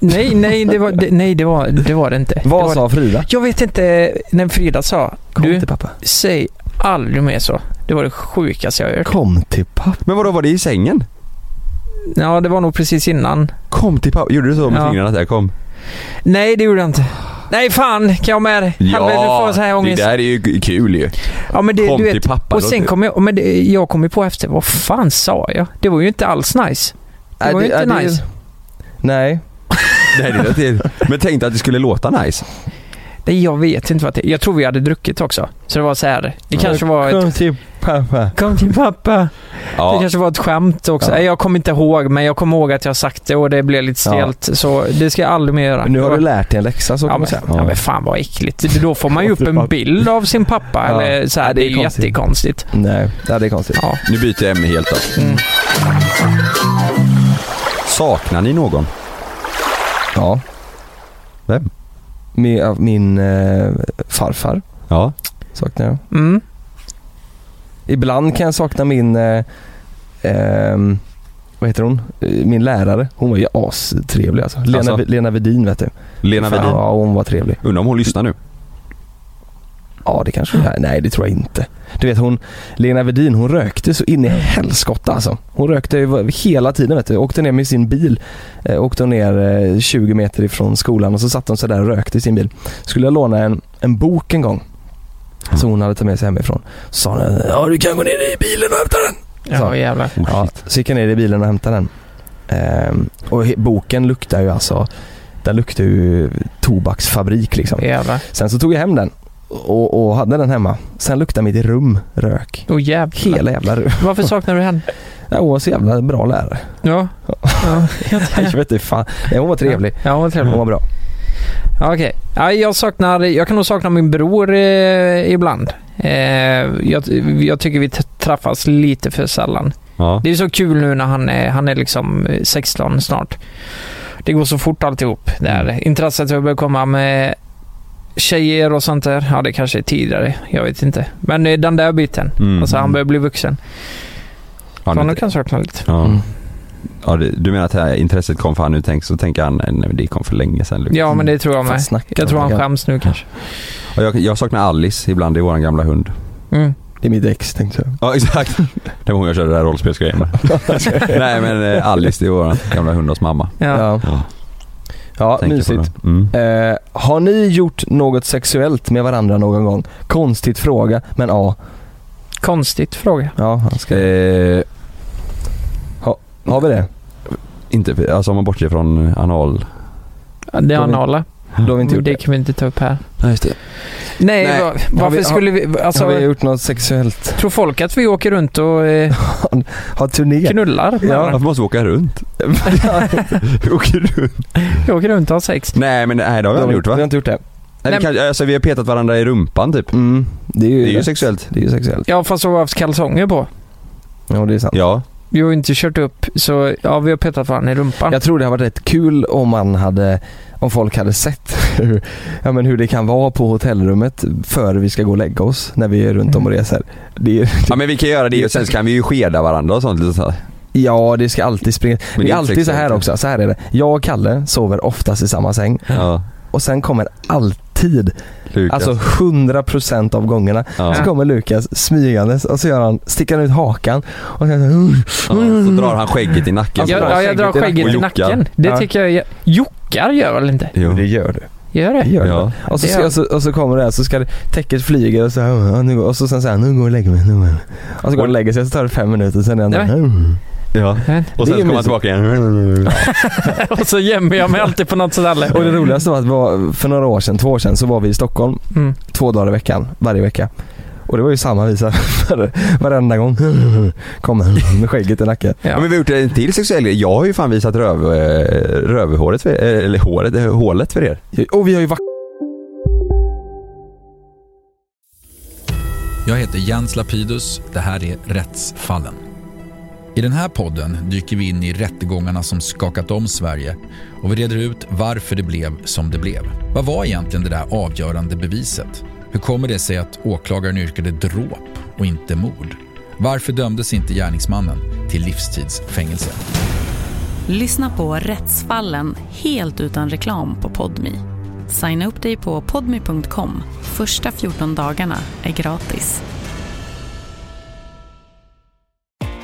Nej, nej, det var det, nej, det, var, det, var det inte. det var vad sa Frida? Jag vet inte när Frida sa Kom Du- till pappa. Säg aldrig mer så. Det var det sjukaste jag har hört. Kom till pappa. Men vadå, var det i sängen? Ja, det var nog precis innan. Kom till pappa. Gjorde du så med Ja. fingrarna att jag kom? Nej, det gjorde jag inte. Nej, fan! Kan jag med dig? Helvete, får jag så här det ångest. där är ju kul ju. Ja, men det, kom du vet. till pappa. Och då. sen kom jag, men det, jag kom ju på efter, vad fan sa jag? Det var ju inte alls nice. Det var ju inte nice. Nej. Nej, det är till. Men tänkte att det skulle låta nice. Nej, jag vet inte vad det Jag tror vi hade druckit också. Så det var så här. det kanske var ett... till pappa. Kom till pappa. Det Ja. kanske var ett skämt också. Ja. Nej, jag kommer inte ihåg, men jag kommer ihåg att jag sagt det och det blev lite stelt. Så det ska jag aldrig mer göra. Men nu Det har var- du lärt dig en läxa så Ja kan man men, säga. ja men fan vad äckligt. Det- Då får man ju upp en bild av sin pappa. Ja. Eller så här, Ja, det är ju jättekonstigt. Nej, ja, det är konstigt. Ja. Nu byter jag ämne helt då. Mm. Saknar ni någon? Ja. Vem? Min, av min eh, farfar Ja. saknar jag. Mm. Ibland kan jag sakna min, eh, ehm, vad heter hon? Eh, Min lärare. Hon var ju astrevlig alltså. Lena, Alltså? Lena Vedin vet du. Lena Wedin. Ja, hon var trevlig. Undrar om hon lyssnar nu. Ja, det kanske nej, nej, det tror jag inte. Du vet hon, Lena Vedin, hon rökte så in i helskotta alltså. Hon rökte ju hela tiden vet du. Åkte ner med sin bil. Eh, åkte hon ner eh, 20 meter ifrån skolan och så satt hon så där och rökte i sin bil. Skulle jag låna en, en bok en gång. Som hon hade tagit med sig hemifrån. Så sa hon, ja du kan gå ner i bilen och hämta den. Ja, jävlar. Ja, så gick jag ner i bilen och hämtade den. Ehm, och he- boken luktar ju alltså, den luktar ju tobaksfabrik liksom. Jävlar. Sen så tog jag hem den och, och hade den hemma. Sen luktade mitt rum rök. Åh jävlar. Hela jävla rum. Varför saknar du henne? Ja, hon var så jävla bra lärare. Ja. ja. Jag vet inte fan. Nej, hon var trevlig. Mm. Ja, vad trevligt. Hon var bra. Ja, Okej. Ja, jag saknar, jag kan nog sakna min bror eh, ibland. Eh, jag, jag tycker vi t- träffas lite för sällan. Ja. Det är så kul nu när han är, han är liksom 16 snart. Det går så fort alltihop. Mm. Där. Intresset har börjat komma med tjejer och sånt där. Ja, det kanske är tidigare. Jag vet inte. Men eh, den där biten. Mm. Alltså han börjar bli vuxen. Ja, Så nu- nu kan jag sakna lite. ja. Mm. Ja, det- du menar att det här intresset kom för han nu tänk, så tänker han nej, men det kom för länge sedan Lukas. Ja, men det tror jag med. Fast snackar Jag tror om han det. skäms nu kanske. Ja, Jag, jag saknar Alice ibland, det är våran gamla hund. Mm. Det är mitt ex tänkte *laughs* jag. Ja exakt. Det var hon jag körde det här rollspelsgrejen *laughs* med. Nej men eh, Alice, det är våran gamla hund hos mamma. Ja. Ja, Ja, ja tänker på mysigt. det. Mm. Eh, har ni gjort något sexuellt med varandra någon gång? Konstigt fråga, men ja. Konstigt fråga. Ja, han ska... Eh, Har vi det? inte, alltså om man bortser från anal. Ja, Det är Då vi- anala. Då har vi inte gjort Det det. kan vi inte ta upp här. Nej just det. Nej, Nej. va- varför Har vi- har- skulle vi... Alltså, Har vi gjort något sexuellt? *laughs* tror folk att vi åker runt och eh, Har turné? knullar? med Ja. varandra? Varför måste vi åka runt? åker runt? Vi åker runt och har sex. Nej men nej, det har vi aldrig gjort va? Vi har inte gjort det. Nej, Nej, det kan, alltså, vi har petat varandra i rumpan typ. Mm. Det är ju, Det är ju sexuellt. Det är ju sexuellt. Ja, fast vi har haft kalsonger på. Ja, det är sant. Ja. Vi har ju inte kört upp, så ja, vi har petat varandra i rumpan. Jag tror det har varit rätt kul om man hade, om folk hade sett *laughs* hur, ja, men hur det kan vara på hotellrummet före vi ska gå och lägga oss när vi är runt om och reser. Det är, ja men vi kan göra det och sen så kan vi ju skeda varandra och sånt. lite så här. ja, det ska alltid springa. Men det det är är alltid så sexuellt, här ja. också, så här är det. Jag och Kalle sover oftast i samma säng Ja. och sen kommer alltid, Lukas. alltså 100% av gångerna, ja. så kommer Lukas smygandes och så gör han, sticker han ut hakan och sen så, Ja, så drar han skägget i nacken. jag, sådär. ja, jag drar skägget i skägget i nacken. nacken. Det Ja. tycker jag... är- Jockar gör väl inte? Jo. Det gör du. Gör Det det? gör Ja. det. Och så, Det ska, gör- och, så, och så kommer det här så ska det, täcket flyger och så här, "Ja, nu går, och så sen så här, nu går jag och lägger mig, nu går jag. Och så går han och lägger sig och så tar det fem minuter sen är han där, "Mm." Ja. Jag vet Och Det sen kommer är han mysigt. tillbaka igen. inte. Och så gömmer jag mig alltid på något ställe. Och det roligaste var att var, för några år sedan, två år sedan, så var vi i Stockholm Mm. två dagar i veckan, varje vecka. Och det var ju samma visa *laughs* var- varenda gång. *laughs* Kom han med skägget i nacken. Ja, men vi har gjort en till sexuell grej. Jag har ju fan visat röv, eh, rövhåret för er, eller håret, eh, hålet för er. Och vi har ju varit Jag heter Jens Lapidus. Det här är Rättsfallen. I den här podden dyker vi in i rättegångarna som skakat om Sverige och vi reder ut varför det blev som det blev. Vad var egentligen det där avgörande beviset? Hur kommer det sig att åklagaren yrkade dråp och inte mord? Varför dömdes inte gärningsmannen till livstidsfängelse? Lyssna på Rättsfallen helt utan reklam på Podmi. Signa upp dig på podmi.com. Första 14 dagarna är gratis.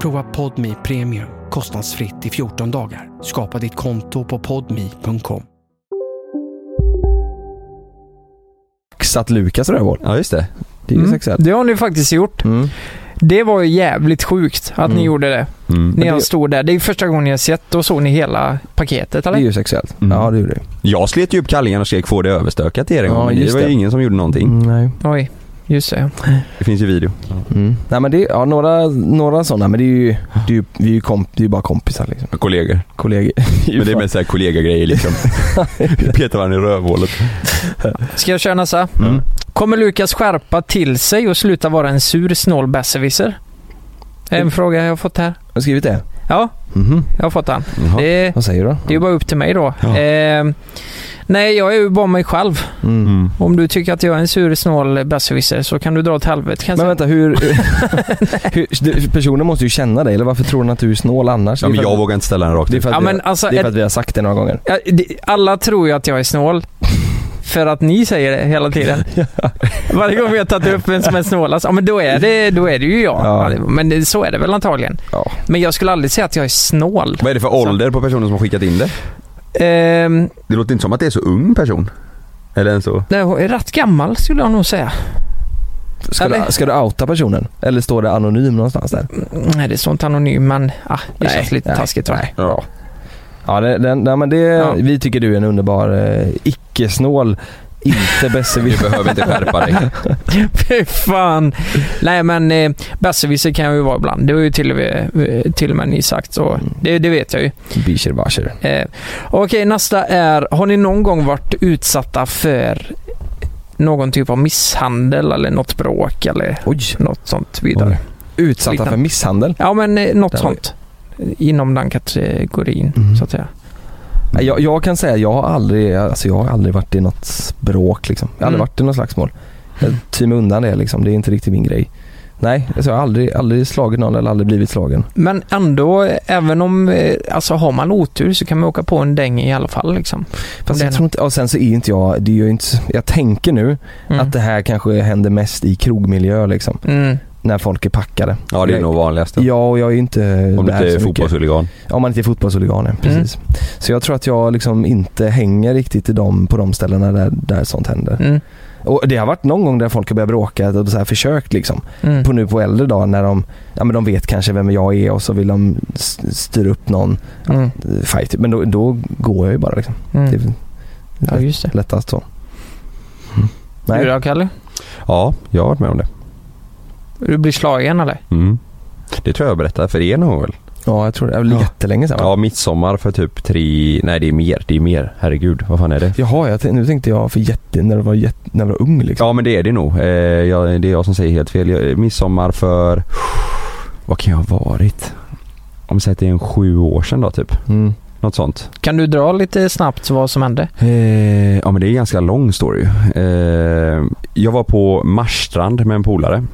Prova Podmi Premium kostnadsfritt i 14 dagar. Skapa ditt konto på podmi.com. satt Lukas rövhål. Ja just det. Det är ju Mm. sexuellt. Det har ni faktiskt gjort. Mm. Det var ju jävligt sjukt att Mm. ni gjorde det. Mm. När jag det- stod där. Det är första gången jag sett. Då såg ni hela paketet, Det är eller? ju sexuellt. Mm. Ja det gjorde det. Jag slet ju upp kallingen och skrek få det överstökat till er en Ja, gång. men det just var det. Mm. ju ingen som gjorde någonting. Nej. Oj, just det. Det finns ju video. Mm. Nej men det, ja några, några sådana men det är ju, det är ju, vi är ju, komp, det är ju bara kompisar liksom. Kollegor. Kollegor. Men det är mest såhär kollegagrejer *laughs* liksom. Petar varandra i rövhålet. Ska jag köra nästa? Mm. Kommer Lukas Mm. skärpa till sig och sluta vara en sur snål besserwisser? En fråga jag har fått här. du skrivit det? Ja, Mhm. jag har fått den. Jaha. Det, Vad säger du då? det är ju bara upp till mig då. Ja. Eh, nej, jag är ju bara mig själv. Mm. Mm. Om du tycker att jag är en sur, snål besserwisser så kan du dra åt helvete kan jag Men säga. *laughs* vänta, hur, hur... du- Personen måste ju känna dig, eller varför tror den att du är snål annars? Ja, Det men är för jag att- vågar inte ställa den rakt Det är ut. för att, Ja, vi, men alltså, det är för ett, att vi har sagt det några gånger. ja, det- alla tror ju att jag är snål. *laughs* För att ni säger det *laughs* hela tiden. Varje gång vi har tagit upp vem som är snålast, ja men då är det, då är det ju jag. Ja. Men det, så är det väl antagligen. Ja. Men jag skulle aldrig säga att jag är snål. Vad är det för ålder på personen som har skickat in det? Ehm, Det låter inte som att det är så ung person. Eller än så. nej, hon är rätt gammal skulle jag nog säga. Ska, Eller- du, ska du outa personen? Eller står det anonym någonstans där? Nej, det står inte anonym, men ah, det Nej, känns lite nej, taskigt tror jag. Ja. Ja, det, den, nej, men det, Ja. vi tycker du är en underbar eh, icke-snål, inte *laughs* Du besserwisser. behöver inte *laughs* skärpa dig. Fy fan. Nej men eh, besserwisser kan jag ju vara ibland. Det har ju till och med, eh, till och med ni sagt så. Mm. Det, det vet jag ju. Bisher basher. Eh, Okej, nästa är. Har ni någon gång varit utsatta för någon typ av misshandel eller något bråk eller Oj. något sånt vidare? Oj. Utsatta Liknande. för misshandel. Ja men eh, något Där var det. sånt. Inom den kategorin Mm. så att säga. Nej, Jag, jag kan säga, jag har aldrig, alltså jag har aldrig varit i något bråk liksom. Jag har aldrig Mm. varit i något slagsmål. Jag tyr mig undan det liksom, det är inte riktigt min grej. Nej, alltså jag har aldrig, aldrig slagit någon eller aldrig blivit slagen. Men ändå, eh, även om, eh, alltså har man otur så kan man åka på en däng i alla fall liksom. Fast det är jag tror inte, och sen så är inte jag, det är ju inte, jag tänker nu Mm. att det här kanske händer mest i krogmiljö liksom. Mm. När folk är packade. Ja, det är nog vanligast. Ja, och jag är ju inte Om du där inte är så mycket. fotbollshuligan. Om man inte är fotbollshuligan, Mm. ja, precis. Så jag tror att jag liksom inte hänger riktigt i dem, på de ställena där, där sånt händer. Mm. Och det har varit någon gång där folk har börjat bråka och så här försökt liksom. Mm. På nu på äldre dagar när de, ja men de vet kanske vem jag är och så vill de s- styra upp någon Mm. eh, fight. Men då, då går jag ju bara liksom. Mm. Det är Ja, just det. lättast så. Du Nej. då Kalle? Ja, jag har varit med om det. Du blir slagen eller? Mm. Det tror jag jag berättade för er någon gång väl? Ja, jag tror det. Det var Ja. jättelänge sedan va? Ja, midsommar för typ tre... Nej, det är mer. Det är mer. Herregud, vad fan är det? Jaha, jag, tänkte- nu tänkte jag för jätte, när du var, jätte, när du var ung liksom. Ja, men det är det nog. Eh, jag, det är jag som säger helt fel. Jag, midsommar för... Vad kan jag ha varit? Om vi säger att det är en sju år sedan då typ. Mm. Något sånt. Kan du dra lite snabbt vad som hände? Eh, ja men det är en ganska lång story. Eh, jag var på Marstrand med en polare.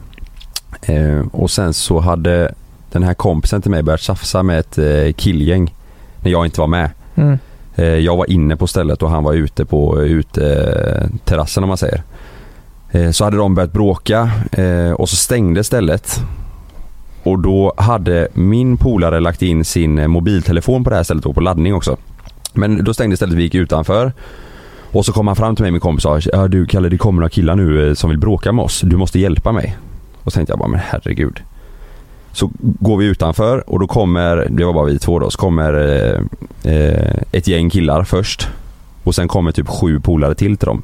Eh, och sen så hade den här kompisen till mig börjat tjafsa med ett eh, killgäng. När jag inte var med. Mm. Eh, Jag var inne på stället och han var ute på uteterrassen om man säger. Eh, Så hade de börjat bråka eh, och så stängde stället. Och då hade min polare lagt in sin eh, mobiltelefon på det här stället och på laddning också. Men då stängde stället, vi gick utanför. Och så kom han fram till mig min kompis och sa "Ja, du Kalle det kommer några killar nu eh, som vill bråka med oss, du måste hjälpa mig. Och så tänkte jag bara men herregud. Så går vi utanför och då kommer, det var bara vi två då, så kommer eh, eh, ett gäng killar först. Och sen kommer typ sju polare till till dem.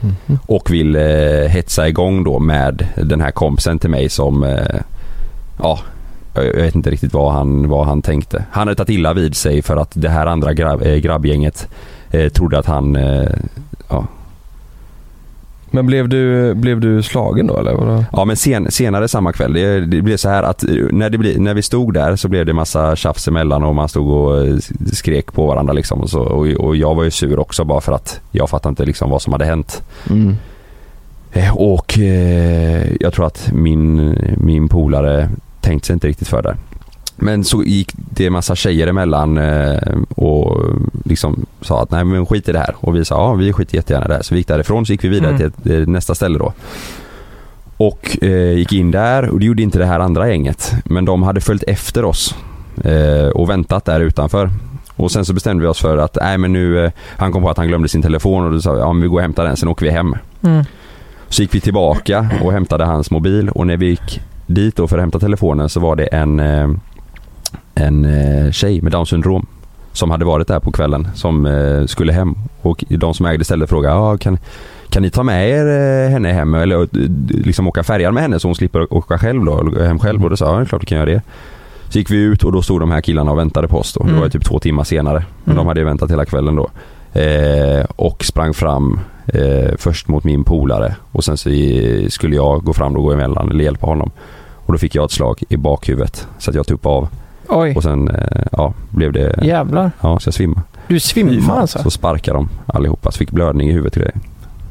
Mhm. Och vill eh, hetsa igång då med den här kompisen till mig som... Eh, ja, jag jag vet inte riktigt vad han, vad han tänkte. Han hade tagit illa vid sig för att det här andra grabb, eh, grabbgänget eh, trodde att han... Eh, Men blev du, blev du slagen då eller? Vadå? ja men sen, senare samma kväll, det, det blev så här att eh, när, det bli, när vi stod där så blev det massa tjafs emellan och man stod och eh, skrek på varandra liksom. Och, så, och, och jag var ju sur också bara för att jag fattade inte liksom vad som hade hänt. Mm. Eh, Och eh, jag tror att min, min polare tänkte sig inte riktigt för där. Men så gick det en massa tjejer emellan eh, och liksom sa att nej men skit i det här. Och vi sa ja vi skiter jättegärna i det här. Så vi gick därifrån så gick vi vidare Mm. till ett, eh, nästa ställe då. Och eh, gick in där och det gjorde inte det här andra gänget. Men de hade följt efter oss eh, och väntat där utanför. Och sen så bestämde vi oss för att nej men nu, eh, han kom på att han glömde sin telefon och då sa vi, ja men vi går och hämtar den sen åker vi hem. Mm. Så gick vi tillbaka och hämtade hans mobil och när vi gick dit då för att hämta telefonen så var det en, eh, en eh, tjej med down syndrom som hade varit där på kvällen som eh, skulle hem och de som ägde stället frågade ah, kan, kan ni ta med er eh, henne hem eller eh, liksom åka färjan med henne så hon slipper åka själv då, eller gå hem själv och då sa jag ja, klart vi kan göra det. Så gick vi ut och då stod de här killarna och väntade på oss då. Det Mm. var ju typ två timmar senare. Men Mm. de hade ju väntat hela kvällen då. Eh, och sprang fram eh, först mot min polare och sen så eh, skulle jag gå fram och gå emellan eller hjälpa honom. Och då fick jag ett slag i bakhuvudet så att jag tuppade av. Oj, Och sen, eh, ja, blev det... jävlar. Ja, så jag svimmade. Du svimmar Så alltså? sparkade de allihopa. Så fick blödning i huvudet till det.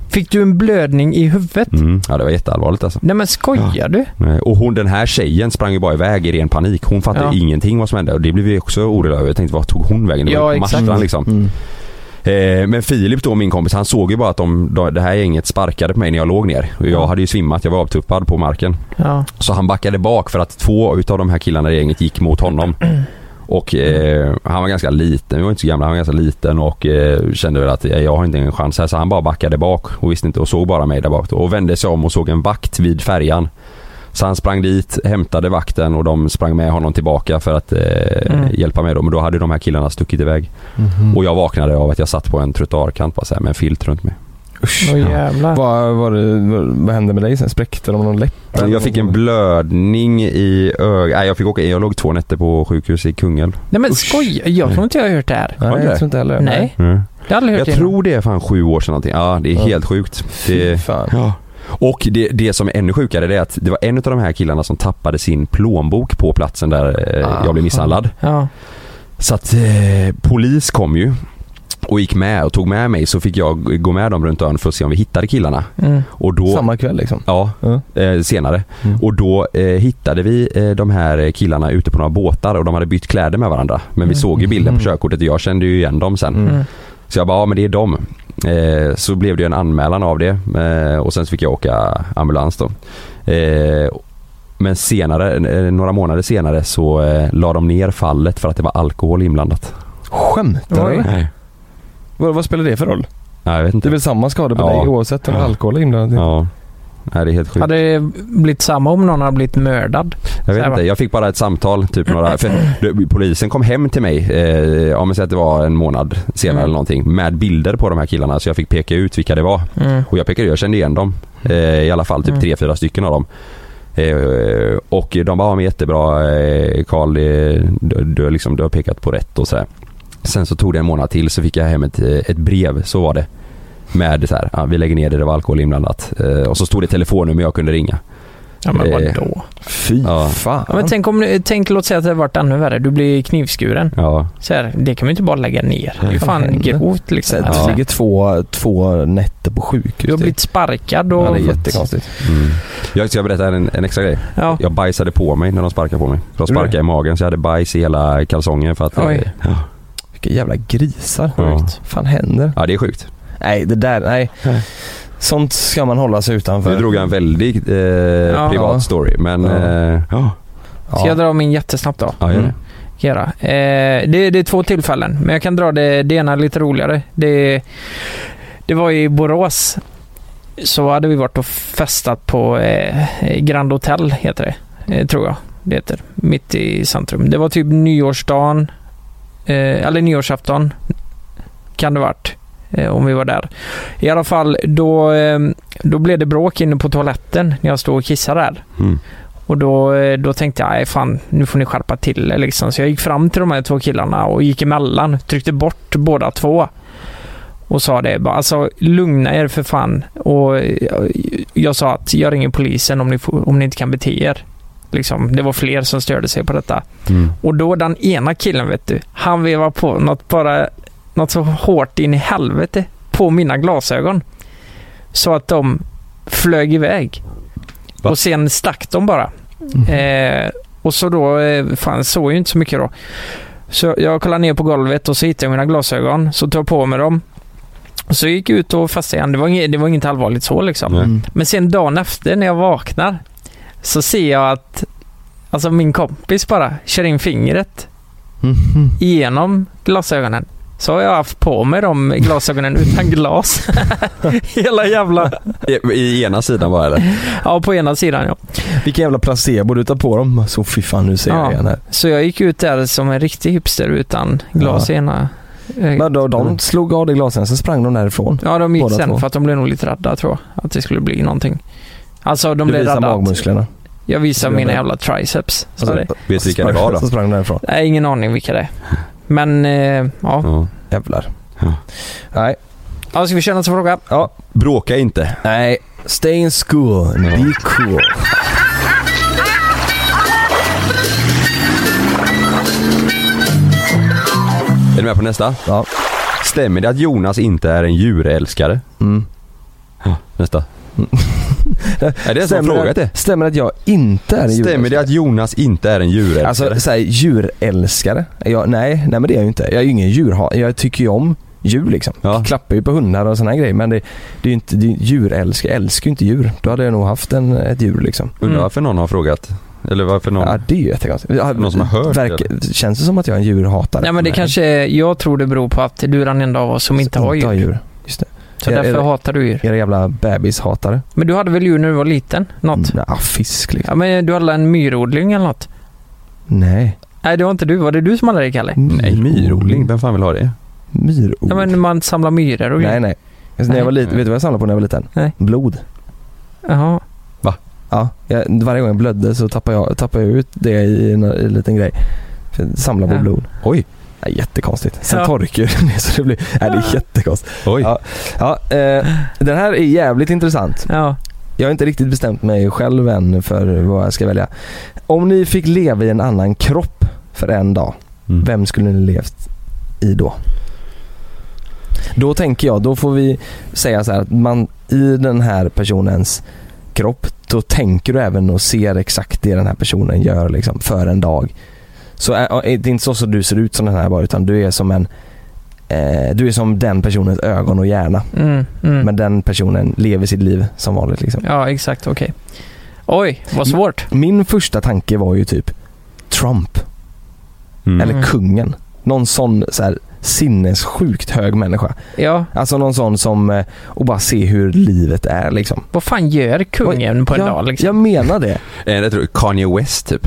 Fick du en blödning i huvudet? Mm. Ja, det var jätteallvarligt alltså. Nej men skojar du? Nej, Och hon, den här tjejen sprang ju bara iväg i ren panik. Hon fattade Ja. ingenting vad som hände och det blev vi också oroliga över. Jag tänkte, vad tog hon vägen? Det var Ja, ju på exakt. mattan liksom. Mm. Eh, men Filip då, min kompis, han såg ju bara att de, de, det här gänget sparkade på mig när jag låg ner. Och Jag hade ju svimmat, jag var avtuppad på marken. Ja. Så han backade bak för att två utav de här killarna i gänget gick mot honom. *clears throat* Och eh, han var ganska liten, vi var inte så gamla, han var ganska liten och eh, kände väl att eh, jag har inte en chans här. Så han bara backade bak och visste inte och såg bara mig där bak då, och vände sig om och såg en vakt vid färjan. Så han sprang dit, hämtade vakten och de sprang med honom tillbaka för att eh, Mm. hjälpa mig då. Men då hade de här killarna stuckit iväg. Mm-hmm. Mm. Och jag vaknade av att jag satt på en trottoarkant bara så här, med en filt runt mig. Usch. Oj jävlar. Vad, vad, vad, vad hände med dig sen? Spräckte de någon läpp? Men Jag fick en blödning i ögat. Nej, jag fick åka Jag låg två nätter på sjukhus i Kungälv. Nej men skojar Jag tror inte jag har hört det här. Var Nej, det jag det? tror inte heller Nej, Mm. det har jag aldrig hört Jag innan. tror det är fan sju år sedan någonting. Ja, det är Ja. helt sjukt. Fy Det, fan. ja. Och det, det som är ännu sjukare det är att det var en av de här killarna som tappade sin plånbok på platsen där eh, jag Ah. blev misshandlad. Ja. Så att eh, polis kom ju och gick med och tog med mig så fick jag gå med dem runt ön för att se om vi hittade killarna. Mm. Och då, Samma kväll liksom. Ja, Ja. eh, senare. Mm. Och då eh, hittade vi eh, de här killarna ute på några båtar och de hade bytt kläder med varandra. Men vi Mm. såg ju bilden på Mm. körkortet och jag kände ju igen dem sen. Mm. Så jag bara, ja men det är dem. Eh, så blev det ju en anmälan av det eh, och sen så fick jag åka ambulans då. Eh, men senare, eh, några månader senare så eh, la de ner fallet för att det var alkohol inblandat. Skämtar Oj. du? Nej. Vad, vad spelar det för roll? Ja, jag vet Det är inte. väl samma skada på Ja. dig oavsett om Ja. alkohol är inblandat? Ja. Nej, det är helt sjukt. Hade det blivit samma om någon hade blivit mördad? Jag vet Så här, inte, jag fick bara ett samtal. Typ några, för, du, polisen kom hem till mig, eh, ja men säg att det var en månad senare Mm. eller någonting, med bilder på de här killarna så jag fick peka ut vilka det var. Mm. Och jag pekade, jag kände igen dem. Eh, I alla fall typ Mm. tre, fyra stycken av dem. Eh, och de bara, ja men jättebra eh, Karl, eh, du, du, har liksom, du har pekat på rätt och sådär. Sen så tog det en månad till så fick jag hem ett, eh, ett brev, så var det. Med så här, ja, vi lägger ner det, det var alkohol inblandat. Eh, och så stod det telefonnummer jag kunde ringa. Ja men Eh, vadå? Fy Ja. fan. Ja, men tänk, om, du- tänk, låt säga att det hade varit ännu värre. Du blir knivskuren. Ja, Så här, det kan man ju inte bara lägga ner. Det är ju Vad fan händer? grovt liksom. Sen Ja. Alltså, ligger två, två nätter på sjukhus. Du har typ. blivit sparkad och... ja, det är jättekonstigt. Mm. Jag ska berätta en, en extra grej. Ja. Jag bajsade på mig när de sparkade på mig. De sparkade i magen så jag hade bajs i hela kalsongen för att... eh, Oj. Ja. Vilka jävla grisar. Ja. Sjukt. fan händer? Ja det är sjukt. Nej, det där, nej. Nej. Sånt ska man hålla sig utanför. Nu drog jag en väldigt eh, Ja. privat story men... Ja. Eh, ja. Ska jag dra min jättesnabbt då? Ja, gör det. Kan jag göra. Eh, det, det är två tillfällen, men jag kan dra det, det ena lite roligare. Det, det var i Borås. Så hade vi varit och festat på eh, Grand Hotel, heter det. Eh, tror jag det heter. Mitt i centrum. Det var typ nyårsdagen. Eh, eller nyårsafton. Kan det varit. Eh, om vi var där. I alla fall, då, eh, då blev det bråk inne på toaletten när jag stod och kissade där. Mm. Och då, eh, då tänkte jag, "Nej, fan, nu får ni skärpa till er", liksom. Så jag gick fram till de här två killarna och gick emellan. Tryckte bort båda två. Och sa det, bara, alltså lugna er för fan. Och jag, jag sa att jag ringer polisen om ni, får, om ni inte kan bete er. Liksom, det var fler som störde sig på detta. Mm. Och då den ena killen, vet du, han vevar på något bara, något så hårt in i helvete på mina glasögon. Så att de flög iväg. Va? Och sen stack de bara. Mm. Eh, och så då, eh, fan såg ju inte så mycket då. Så jag kollade ner på golvet och så hittade jag mina glasögon. Så tog jag på mig dem. Och så gick jag ut och fastnade igen. Det var inget, det var inget allvarligt så liksom. Nej. Mm. Men sen dagen efter när jag vaknar så ser jag att alltså min kompis bara kör in fingret Mm. genom glasögonen. Så har jag haft på mig de glasögonen utan glas. *laughs* Hela jävla... I, I ena sidan bara eller? Ja, på ena sidan ja. Vilka jävla placebo du tar på dem. Så fy fan, nu ser Ja. jag igen här. Så jag gick ut där som en riktig hipster utan glas i ena... eh, Men då, Mm. de slog av dig glasen, sen sprang de därifrån. Ja, de gick båda sen två. för att de blev nog lite rädda tror jag. Att det skulle bli någonting. Alltså de du blev visar rädda. att- magmusklerna. Jag visar Du blev mina rädd. jävla triceps. Så Alltså, det, Vet du vilka det var då? *laughs* Så sprang de därifrån. nej, ingen aning vilka det är. Men, eh, Mm. ja. Ja. Jävlar. Ja. Nej. ja. Ska vi köra nästa fråga? Ja. Bråka inte. Nej. Stay in school and be cool. Är du med på nästa? Ja. Stämmer det att Jonas inte är en djurälskare? Mm. Ja, Nästa. är det en som Stämmer frågat att- det? Stämmer att jag inte är en Stämmer det djurälskare? att Jonas inte är en djurälskare? Alltså såhär, djurälskare? Jag, nej, nej men det är jag ju inte. Jag är ju ingen djurhat. Jag tycker ju om djur liksom. Ja. Klappar ju på hundar och såna här grejer men det, det är ju inte, det är ju djurälskare. Jag älskar ju inte djur. Då hade jag nog haft en, ett djur liksom. Undrar Mm. varför någon har frågat? Eller varför någon... Ja det är ju jättekonstigt. Ja, Någon som har hört verkar, Känns det som att jag är en djurhatare? Nej men det kanske, jag tror det beror på att du är den enda av oss som inte har djur. Just det. Så Är- är därför det- hatar du djur. Era jävla bebishatare. Men du hade väl djur när du var liten? Något? Ja, fisk liksom. Ja men du hade en myrodling eller något? Nej. Mm. Nej det var inte du, var det du som hade det Kalle? Nej, myrodling. Vem fan vill ha det? Myrod. Ja men man samlar myror och Nej nej. Alltså, när jag var liten, vet du vad jag samlade på när jag var liten? Nej. Blod. Jaha. Ja, jag, varje gång jag blödde så tappade jag, tappade jag ut det i en, i en liten grej. För att Samla på Ja. blod. Oj. Ja, jättekonstigt. Sen Ja. torkar den ner så det blir... Nej, det är jättekonstigt. Oj. Ja. Ja, eh, den här är jävligt intressant. Ja. Jag har inte riktigt bestämt mig själv än för vad jag ska välja. Om ni fick leva i en annan kropp för en dag, Mm. vem skulle ni levt i då? Då tänker jag, då får vi säga så här att man i den här personens kropp, då tänker du även och ser exakt det den här personen gör liksom för en dag. Så är, är det är inte så som du ser ut som den här bara utan du är som en eh, du är som den personens ögon och hjärna. Mm, mm. Men den personen lever sitt liv som vanligt liksom. Ja exakt, okej. Oj, vad svårt. Min första tanke var ju typ Trump Mm. eller Mm. kungen. Någon sån så här, sinnessjukt hög människa. Ja, Alltså någon sån som, eh, och bara se hur livet är liksom. vad fan gör kungen på en jag, dag liksom? Jag menar det. Är det tror jag, Kanye West typ?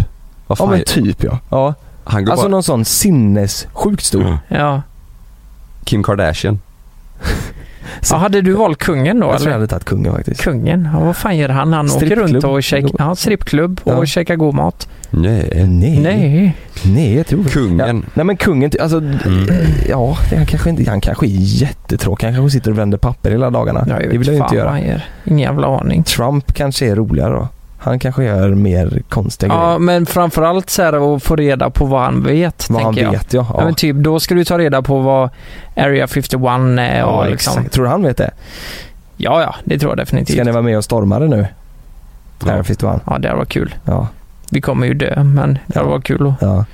Vad Ja fan? men typ ja. ja. han går Alltså bara... någon sån sinnessjukt stor. Mm. Ja. Kim Kardashian. ja. Hade du valt kungen då Jag tror jag eller? hade tagit kungen faktiskt. Kungen? Ja, vad fan gör han? Han åker Strippklubb. runt och käkar, ja, strippklubb och Ja. käkar god mat. Nej. Eh, Nej. Nej. Nej, jag tror Kungen. Nej men kungen, ty- alltså, Mm. ja, han kanske, inte, han kanske är jättetråkig. Han kanske sitter och vänder papper hela dagarna. Ja, jag det vet vill jag ju fan inte göra. vad han gör. Ingen jävla aning. Trump kanske är roligare då. Han kanske gör mer konstiga Ja, grejer. men framförallt så här att få reda på vad han vet, Vad han tänker jag. vet ja. Ja. men typ, då ska du ta reda på vad Area 51 är Ja, och liksom. exakt. Tror du han vet det? Ja, ja, det tror jag definitivt. Ska ni vara med och storma det nu? Ja. Där finns det han. Ja, det hade varit kul. Ja. Vi kommer ju dö, men det hade varit kul. att- ja.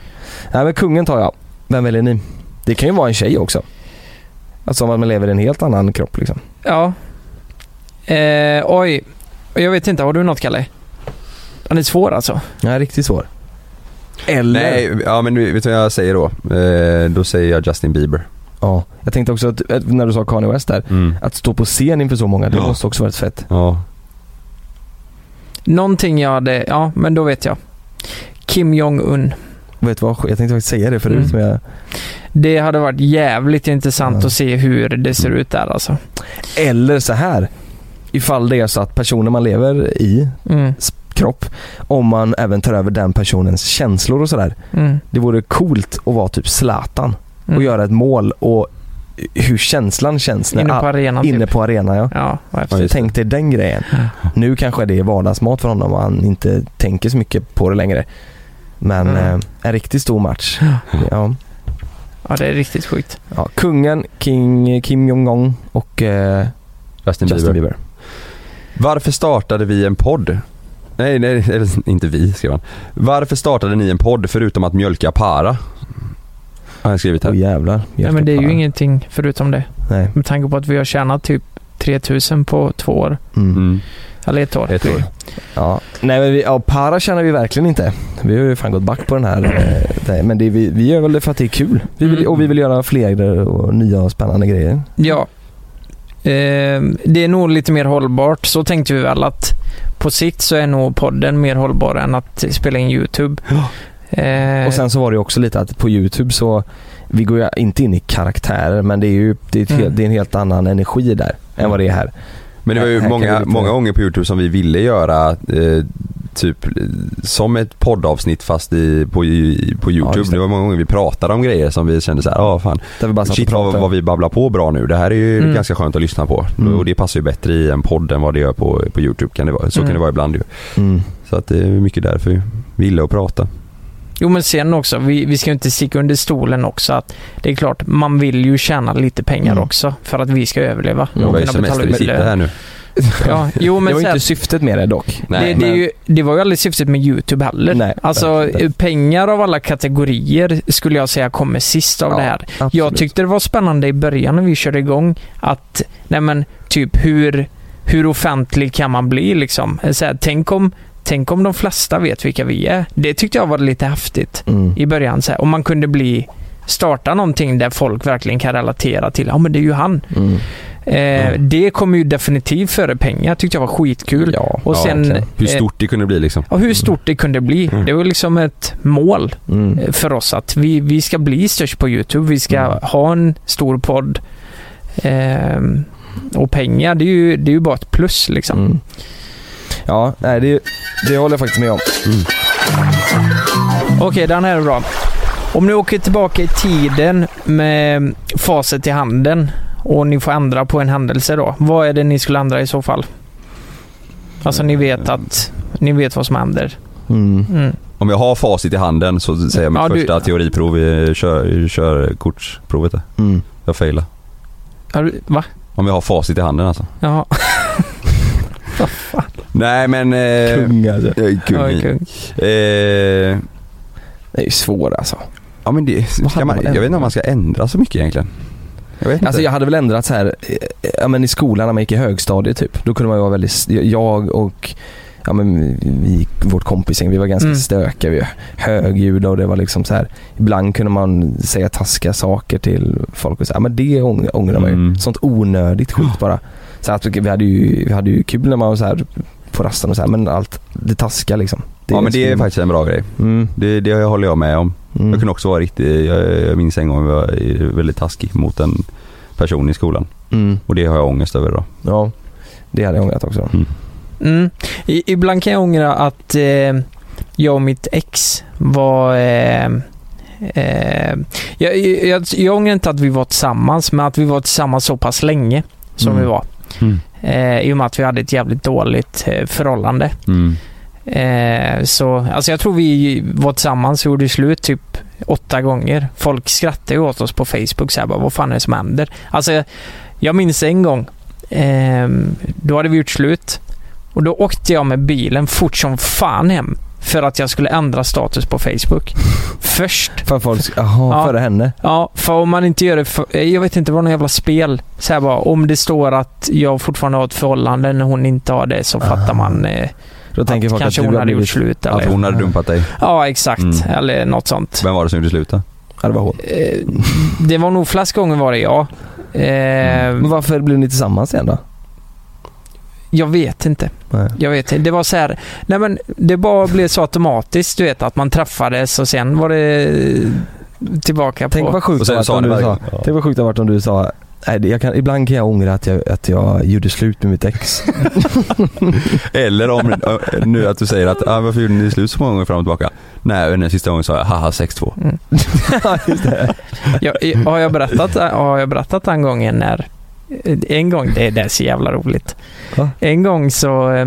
Nej men kungen tar jag. Vem väljer ni? Det kan ju vara en tjej också. Alltså om man lever i en helt annan kropp liksom. Ja. Eh, oj. Jag vet inte, har du något Kalle? Den är svår alltså. Nej, riktigt svår. Eller? Nej, ja men vet du vad jag säger då? Eh, då säger jag Justin Bieber. Ja. Jag tänkte också att, att när du sa Kanye West där. Att stå på scen inför så många, det Ja. måste också varit fett. Ja. Någonting jag hade, ja men då vet jag. Kim Jong-Un. Vet du vad? Jag tänkte faktiskt säga det förut Mm. men jag... Det hade varit jävligt intressant Ja. att se hur det ser ut där alltså. Eller så här. Ifall det är så att personen man lever i, Mm, kropp, om man även tar över den personens känslor och sådär. mm, Det vore coolt att vara typ Zlatan mm. och göra ett mål och hur känslan känns när Inne på all- arenan inne typ. på arenan. Ja. Ja, vad häftigt. just det. Tänk dig den *laughs* grejen. Nu kanske det är vardagsmat för honom och han inte tänker så mycket på det längre. Men Mm. eh, en riktigt stor match. Ja. Ja, det är riktigt sjukt. Ja. Kungen, King, Kim Jong-Un och eh, Justin, Justin Bieber. Bieber. Varför startade vi en podd? Nej, nej, *laughs* eller inte vi skrev han. Varför startade ni en podd förutom att mjölka para? Har jag skrivit Åh här. oh, jävlar. Nej, men det är ju Jäklar. ingenting förutom det. Nej. Med tanke på att vi har tjänat typ 3000 på två år. Mm. Mm. Eller ett år. Ett år. Ja, nej men vi, ja, para känner vi verkligen inte. Vi har ju fan gått back på den här. eh, det- Men det, vi, vi gör väl det för att det är kul. Vi vill, Mm. Och vi vill göra fler och nya och spännande grejer. Ja. Ehm, det är nog lite mer hållbart. Så tänkte vi väl att på sikt så är nog podden mer hållbar än att spela in YouTube. Ehm, Och sen så var det ju också lite att på YouTube så, vi går ju inte in i karaktärer men det är ju det är ett Mm. helt, det är en helt annan energi där än vad det är här. Men det var ju Här kan vi många, lite- många gånger på Youtube som vi ville göra eh, typ eh, som ett poddavsnitt fast i, på, i, på Ja, Youtube. just det. det. var många gånger vi pratade om grejer som vi kände så här, ja fan. Där vi bara satt och Shit vad, pratade. vad vi babblar på bra nu. Det här är ju Mm. ganska skönt att lyssna på. Mm. Och det passar ju bättre i en podd än vad det gör på, på Youtube. Kan det vara. Så Mm. kan det vara ibland ju. Mm. Så att det är mycket därför vi gillar att prata. Jo men sen också, vi, vi ska ju inte sticka under stolen också att det är klart, man vill ju tjäna lite pengar Mm. också för att vi ska överleva. Det var ju kunna semester betala vi ut sitter lön. här nu. Ja, jo det men var ju sen, inte syftet med det dock. Nej, det, det, är men- ju, det var ju aldrig syftet med YouTube heller. Nej, alltså verkligen pengar av alla kategorier skulle jag säga kommer sist av Ja, det här. absolut. Jag tyckte det var spännande i början när vi körde igång att, nej men, typ hur, hur offentlig kan man bli liksom? Så här, tänk, om, tänk om de flesta vet vilka vi är. Det tyckte jag var lite häftigt Mm. i början. Så här, om man kunde bli starta någonting där folk verkligen kan relatera till, ja men det är ju han. Mm. Eh, Det kommer ju definitivt före pengar, tyckte jag var skitkul. Ja, Och Ja, sen, verkligen. Hur eh, stort det kunde bli liksom. Ja, hur stort det kunde bli. Mm. Det var liksom ett mål Mm. eh, för oss att vi, vi ska bli störst på YouTube. Vi ska Mm. ha en stor podd. Ehm, och pengar, det är, ju, det är ju bara ett plus liksom. Mm. Ja, nej, det, det håller jag faktiskt med om. Okej, den här är bra. Om ni åker tillbaka i tiden med facit i handen och ni får ändra på en händelse då. Vad är det ni skulle ändra i så fall? Alltså ni vet att ni vet vad som händer. Mm. Mm. Om jag har facit i handen så säger jag mitt Ja, du- första teoriprov i kör, körkortsprovet. där. Mm. Jag failade. Har du- Va? Om jag har facit i handen alltså. Jaha. Nej men... Eh, Kung alltså. Jag är kung. Ja, kung. Eh, Det är ju svårt alltså. ja men det, ska hade man, man jag vet inte ändrat? om man ska ändra så mycket egentligen. Jag vet inte. Alltså jag hade väl ändrat så här, eh, ja men i skolan när man gick i högstadiet typ. Då kunde man ju vara väldigt, jag och Ja men vi, vårt kompisgäng, vi var ganska Mm. stökiga, vi var högljudda och det var liksom så här. Ibland kunde man säga taskiga saker till folk och så här, men det ång- ångrar man ju. Mm. Sånt onödigt skit bara. Så att vi hade ju, vi hade ju kul när man var så här på rasten och så här, men allt, det taskiga liksom. ja men det är skulle- faktiskt en bra grej. Mm, Det, det håller jag med om. mm. Jag kunde också vara riktigt, jag, jag minns en gång jag var väldigt taskig mot en person i skolan. Mm. Och det har jag ångest över idag. Ja, det hade jag ångrat också. Mm. I, ibland kan jag ångra att eh, jag och mitt ex var... Eh, eh, jag, jag, jag ångrar inte att vi var tillsammans, men att vi var tillsammans så pass länge som Mm. vi var. Mm. Eh, I och med att vi hade ett jävligt dåligt eh, förhållande. Mm. Eh, så, alltså jag tror vi var tillsammans och gjorde slut typ åtta gånger. Folk skrattade ju åt oss på Facebook så här, bara, vad fan är det som händer? Alltså, jag, jag minns en gång. Eh, då hade vi gjort slut. Och då åkte jag med bilen fort som fan hem. För att jag skulle ändra status på Facebook. Först. För att folk, jaha, Ja. före henne. Ja, för om man inte gör det för, eh, Jag vet inte, det var något jävla spel. Så här bara, om det står att jag fortfarande har ett förhållande när hon inte har det så fattar man eh, Då tänker att folk kanske att hon du hade har blivit, gjort slut. Eller? Att hon hade dumpat dig. Ja, exakt. Mm. Eller något sånt. Vem var det som gjorde slut då? ja, det var hon. Eh, Det var nog flest gånger var det jag. Eh, Men varför blev ni tillsammans igen då? Jag vet inte. Nej. Jag vet inte. Det var så här, nej men det bara blev så automatiskt du vet att man träffades och sen var det eh, tillbaka Tänk på... vad sjukt Och det sen hade varit sa det om du sa, verkligen. Ja. tänk vad sjukt det hade varit om du sa Nej, det- jag kan, ibland kan jag ångra att jag, att jag gjorde slut med *laughs* mitt ex. *laughs* Eller *laughs* om eh, nu att du säger att ah, varför gjorde ni slut så många gånger fram och tillbaka? Nej, den sista gången sa jag haha 6-2. Mm. *laughs* Ja, just det. Jag, jag- har, jag berättat, har jag berättat den gången när... En gång, det, det är så jävla roligt. Va? En gång så, eh,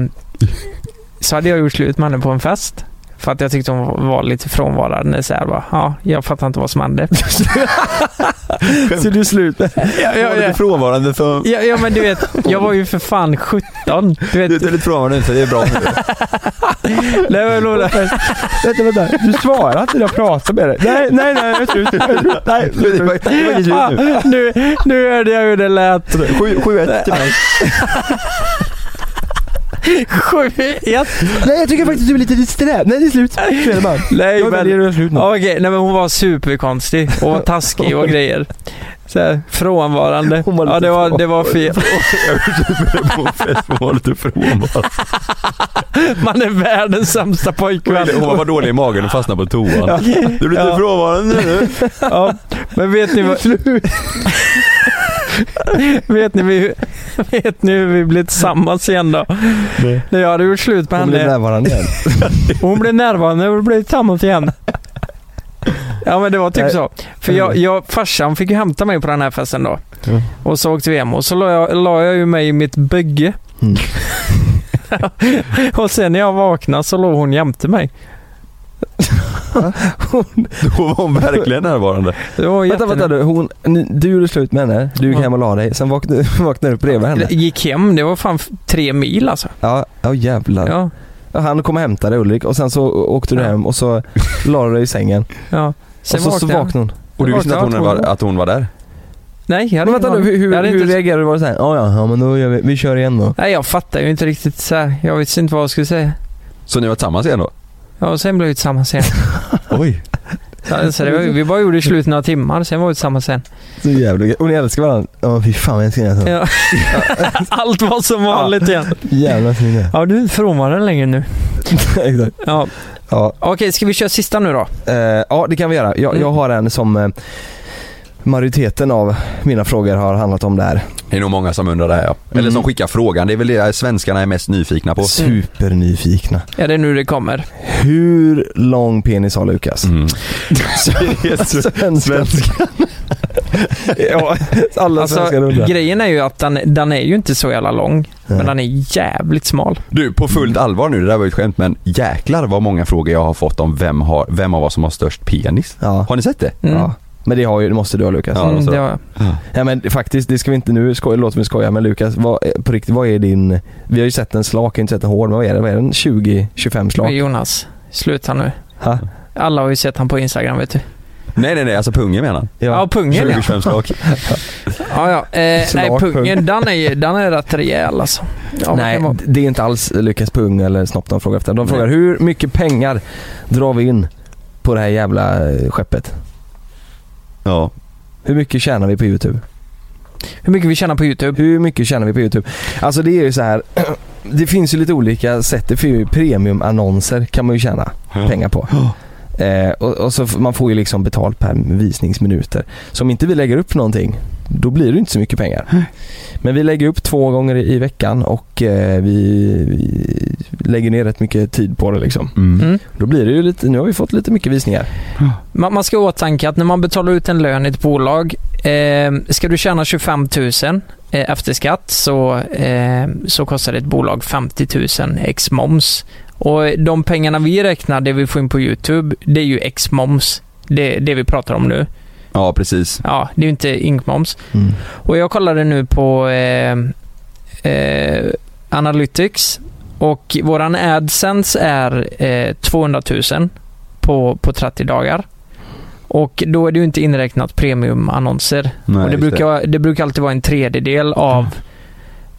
så hade jag gjort slut med henne på en fest. För att jag tyckte hon var lite frånvarande. Så här, bara, ja, jag fattar inte vad som hände. *laughs* Så du slut med? ja, ja, Var lite ja. frånvarande för... Ja, ja men du vet, jag var ju för fan 17. Du Du vet, du är lite frånvarande för det är bra för dig. *laughs* nej, men, Lola, Vänta, vänta. Du svarar inte när jag pratar med dig. Nej, nej, nej. Jag är slut. Jag är slut. Nej, Det var- det var inget ljud ah, nu. nu, nu hörde jag hur det lät. 7-1 till mig. 7-1. nej, jag tycker faktiskt att du är lite disträ. Nej, det är slut. Så är det bara. Nej Jag väljer men, att göra slut nu. Ja, okej, nej men hon var superkonstig och var taskig och grejer. Så här, frånvarande. Hon var ja, lite det var, det var fel. På en fest var hon lite frånvarande. Man är världens sämsta pojkvän. Hon var dålig i magen och fastnade på toan. Du är lite Ja. frånvarande nu. Ja, men vet ni vad... *laughs* vet, ni, vi- vet ni hur vi blev tillsammans igen då? När jag hade gjort slut med Hon eh, blev henne. närvarande igen. Hon blev närvarande och vi blev tillsammans igen. Ja men det var typ Nej. så. För jag, jag, farsan fick ju hämta mig på den här festen då. Ja. Och så åkte vi hem och så la jag, la jag ju mig i mitt bygge. *laughs* *laughs* Mm. och sen när jag vaknade så låg hon jämte mig. Då var hon verkligen närvarande. Det var Vänta, vänta du. Hon, ni, du gjorde slut med henne, du gick Ja. hem och la dig, sen vaknade, *laughs* vaknade du upp bredvid henne. Gick hem, det var fan f- tre mil alltså. Ja, ja jävlar. Ja, Ja, Han kom och hämtade Ulrik och sen så åkte du Ja. hem och så la du dig i sängen. ja. och så, så jag. vaknade hon. Och du visste inte att hon, var, att hon var där? Nej, jag hade Men vänta ingen nu, hur, aning. jag hur, hade hur inte... reagerade du? Var det såhär, ja ja, ja men då gör vi, vi kör igen *laughs* då. Nej, jag fattar ju inte riktigt så här. Jag visste inte vad jag skulle säga. Så ni var tillsammans igen då? Ja, och sen blev vi tillsammans igen. Oj. *laughs* Ja, så det var, vi bara gjorde slut några timmar, sen var vi tillsammans sen. Så jävla gött. Och ni älskar varandra? Ja fy fan vad älskar ni Ja. *laughs* Allt var som vanligt igen. Jävla fin *laughs* ni är. Ja, du är inte frånvarande längre nu. Exakt. Ja. Ja. Okej, ska vi köra sista nu då? Eh, ja det kan vi göra. Jag, jag har en som eh, majoriteten av mina frågor har handlat om där. Det är nog många som undrar det här ja. Eller som skickar frågan. Det är väl det svenskarna är mest nyfikna på. Supernyfikna. Är det nu det kommer? Hur lång penis har Lukas? Mm. Svenskan. ja, alla Alltså, svenskar undrar. grejen är ju att den, den är ju inte så jävla lång, men Nej. den är jävligt smal. Du, på fullt allvar nu, det där var ju ett skämt men jäklar vad många frågor jag har fått om vem, har, vem av oss som har störst penis. Ja. Har ni sett det? Mm. ja. Men det, har ju, det måste du ha Lukas. alltså. Ja, det mm, måste det det har jag. Ja men faktiskt, det ska vi inte nu, skoj, låt mig skoja men Lukas, vad, eh, på riktigt, vad är din, vi har ju sett en slak, inte sett en hård, men vad är det? Vad är den? 20-25 Men slak? Jonas, sluta nu. Ha? Alla har ju sett han på Instagram vet du. Nej nej nej, alltså pungen menar han. Ja, *laughs* pungen ja. 20 slak. ja, ja. Eh, nej, Slagpung. pungen den är, ju- den är rätt rejäl alltså. Ja, Nej, det var- det är inte alls Lukas pung eller snopp de frågar efter. De frågar hur mycket pengar drar vi in på det här jävla eh, skeppet? Ja. Hur mycket tjänar vi på YouTube? Hur mycket vi tjänar på YouTube? Hur mycket tjänar vi på YouTube? Alltså det är ju så här. *clears throat* Det finns ju lite olika sätt. Det finns ju premiumannonser kan man ju tjäna pengar på. Eh, och, och så f- Man får ju liksom betalt per visningsminuter. Så om inte vi lägger upp någonting, då blir det inte så mycket pengar. Men vi lägger upp två gånger i i veckan och eh, vi, vi lägger ner rätt mycket tid på det. Liksom. Mm. Mm. Då blir det ju lite, nu har vi fått lite mycket visningar. Man, man ska ha i åtanke att när man betalar ut en lön i ett bolag, eh, ska du tjäna 25 000 eh, efter skatt så, eh, så kostar ett bolag 50 000 ex moms. Och de pengarna vi räknar, det vi får in på YouTube, det är ju ex moms. Det, det vi pratar om nu. Ja precis. Ja, det är ju inte inkmoms. Och jag kollade nu på eh, eh, Analytics och våran AdSense är eh, 200 000 på, på 30 dagar. Och då är det ju inte inräknat premiumannonser. Nej, och det just brukar, det. brukar alltid vara en tredjedel av,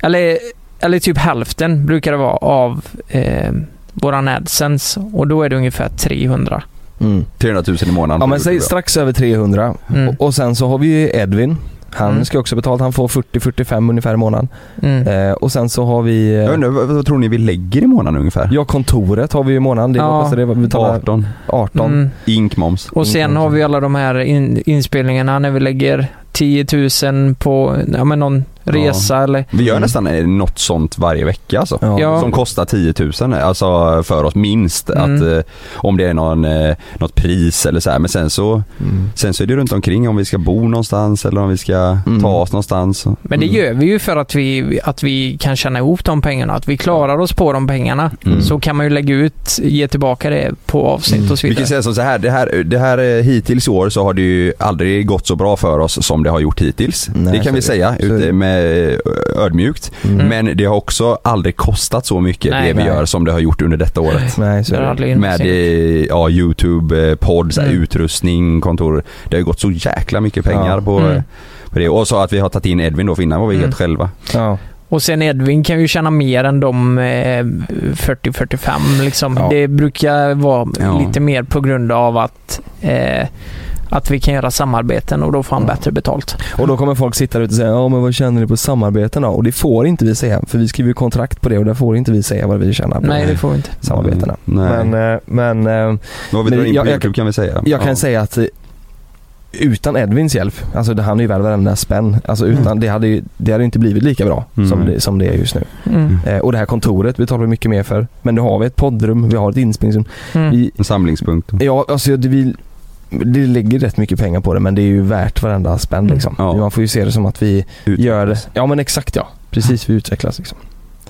eller, eller typ hälften brukar det vara av eh, våran AdSense. Och då är det ungefär 300. Mm. 300 000 i månaden. Ja men säg strax över 300 Mm, Och- Och sen så har vi ju Edvin. Han Mm. ska också betalt. Han får 40-45 ungefär i månaden. mm. Eh, och sen så har vi... Jag Eh, undrar, vad, vad tror ni vi lägger i månaden ungefär? ja, kontoret har vi ju i månaden. Det, Ja. ja. det vi betalar 18. 18. Mm. Inkmoms. Och sen har vi alla de här in, inspelningarna när vi lägger 10 000 på ja, men någon Ja. resa eller... Vi gör nästan eh, något sånt varje vecka alltså. Mm. Ja. Ja. Som kostar 10 000 alltså för oss minst. Mm. Att, eh, om det är någon, eh, något pris eller så här. Men sen så, Mm. sen så är det runt omkring om vi ska bo någonstans eller om vi ska Mm. ta oss någonstans. Men det gör vi ju för att vi, att vi kan tjäna ihop de pengarna. Att vi klarar oss på de pengarna. Mm. Så kan man ju lägga ut, ge tillbaka det på avsnitt och så Vi vidare. kan säga som så här, det här, det här eh, hittills i år så har det ju aldrig gått så bra för oss som det har gjort hittills. Nej, det så kan är vi det. säga Så är det. ute med eh, ödmjukt. Mm. Men det har också aldrig kostat så mycket Nej. det vi Nej. gör som det har gjort under detta året. Nej, så Det är har det. aldrig Med eh, någonsin- ja, Youtube, eh, podd, så här, Mm. utrustning, kontor. Det har ju gått så jäkla mycket pengar Ja. på, Mm. på det. Och så att vi har tagit in Edvin då, för innan var vi Mm. helt själva. Ja. Och sen Edvin kan ju tjäna mer än de eh, 40-45 liksom. Ja. Det brukar vara Ja. lite mer på grund av att, eh, att vi kan göra samarbeten och då får han bättre betalt. Och då kommer folk sitta där ute och säga ja men vad känner ni på samarbeten då? Och det får inte vi säga. För vi skriver ju kontrakt på det och där får inte vi säga vad vi tjänar på Nej, det får vi inte. samarbetena. Mm. Nej. Men, Men, eh, men eh, vad vi men drar in jag- på jag- Youtube kan vi säga. jag kan Ja. säga att eh, utan Edvins hjälp, alltså det- han är ju värd varenda spänn. Alltså utan, det hade ju det hade ju inte blivit lika bra Mm. som, det, som det är just nu. Mm. Eh, och det här kontoret betalar vi mycket mer för. Men nu har vi ett poddrum, vi har ett inspelningsrum. Mm. Vi, En samlingspunkt. ja, alltså det, vi, det lägger rätt mycket pengar på det men det är ju värt varenda spänn liksom. Ja. Man får ju se det som att vi Utvecklas. gör det. Ja men exakt ja. Precis, vi utvecklas liksom.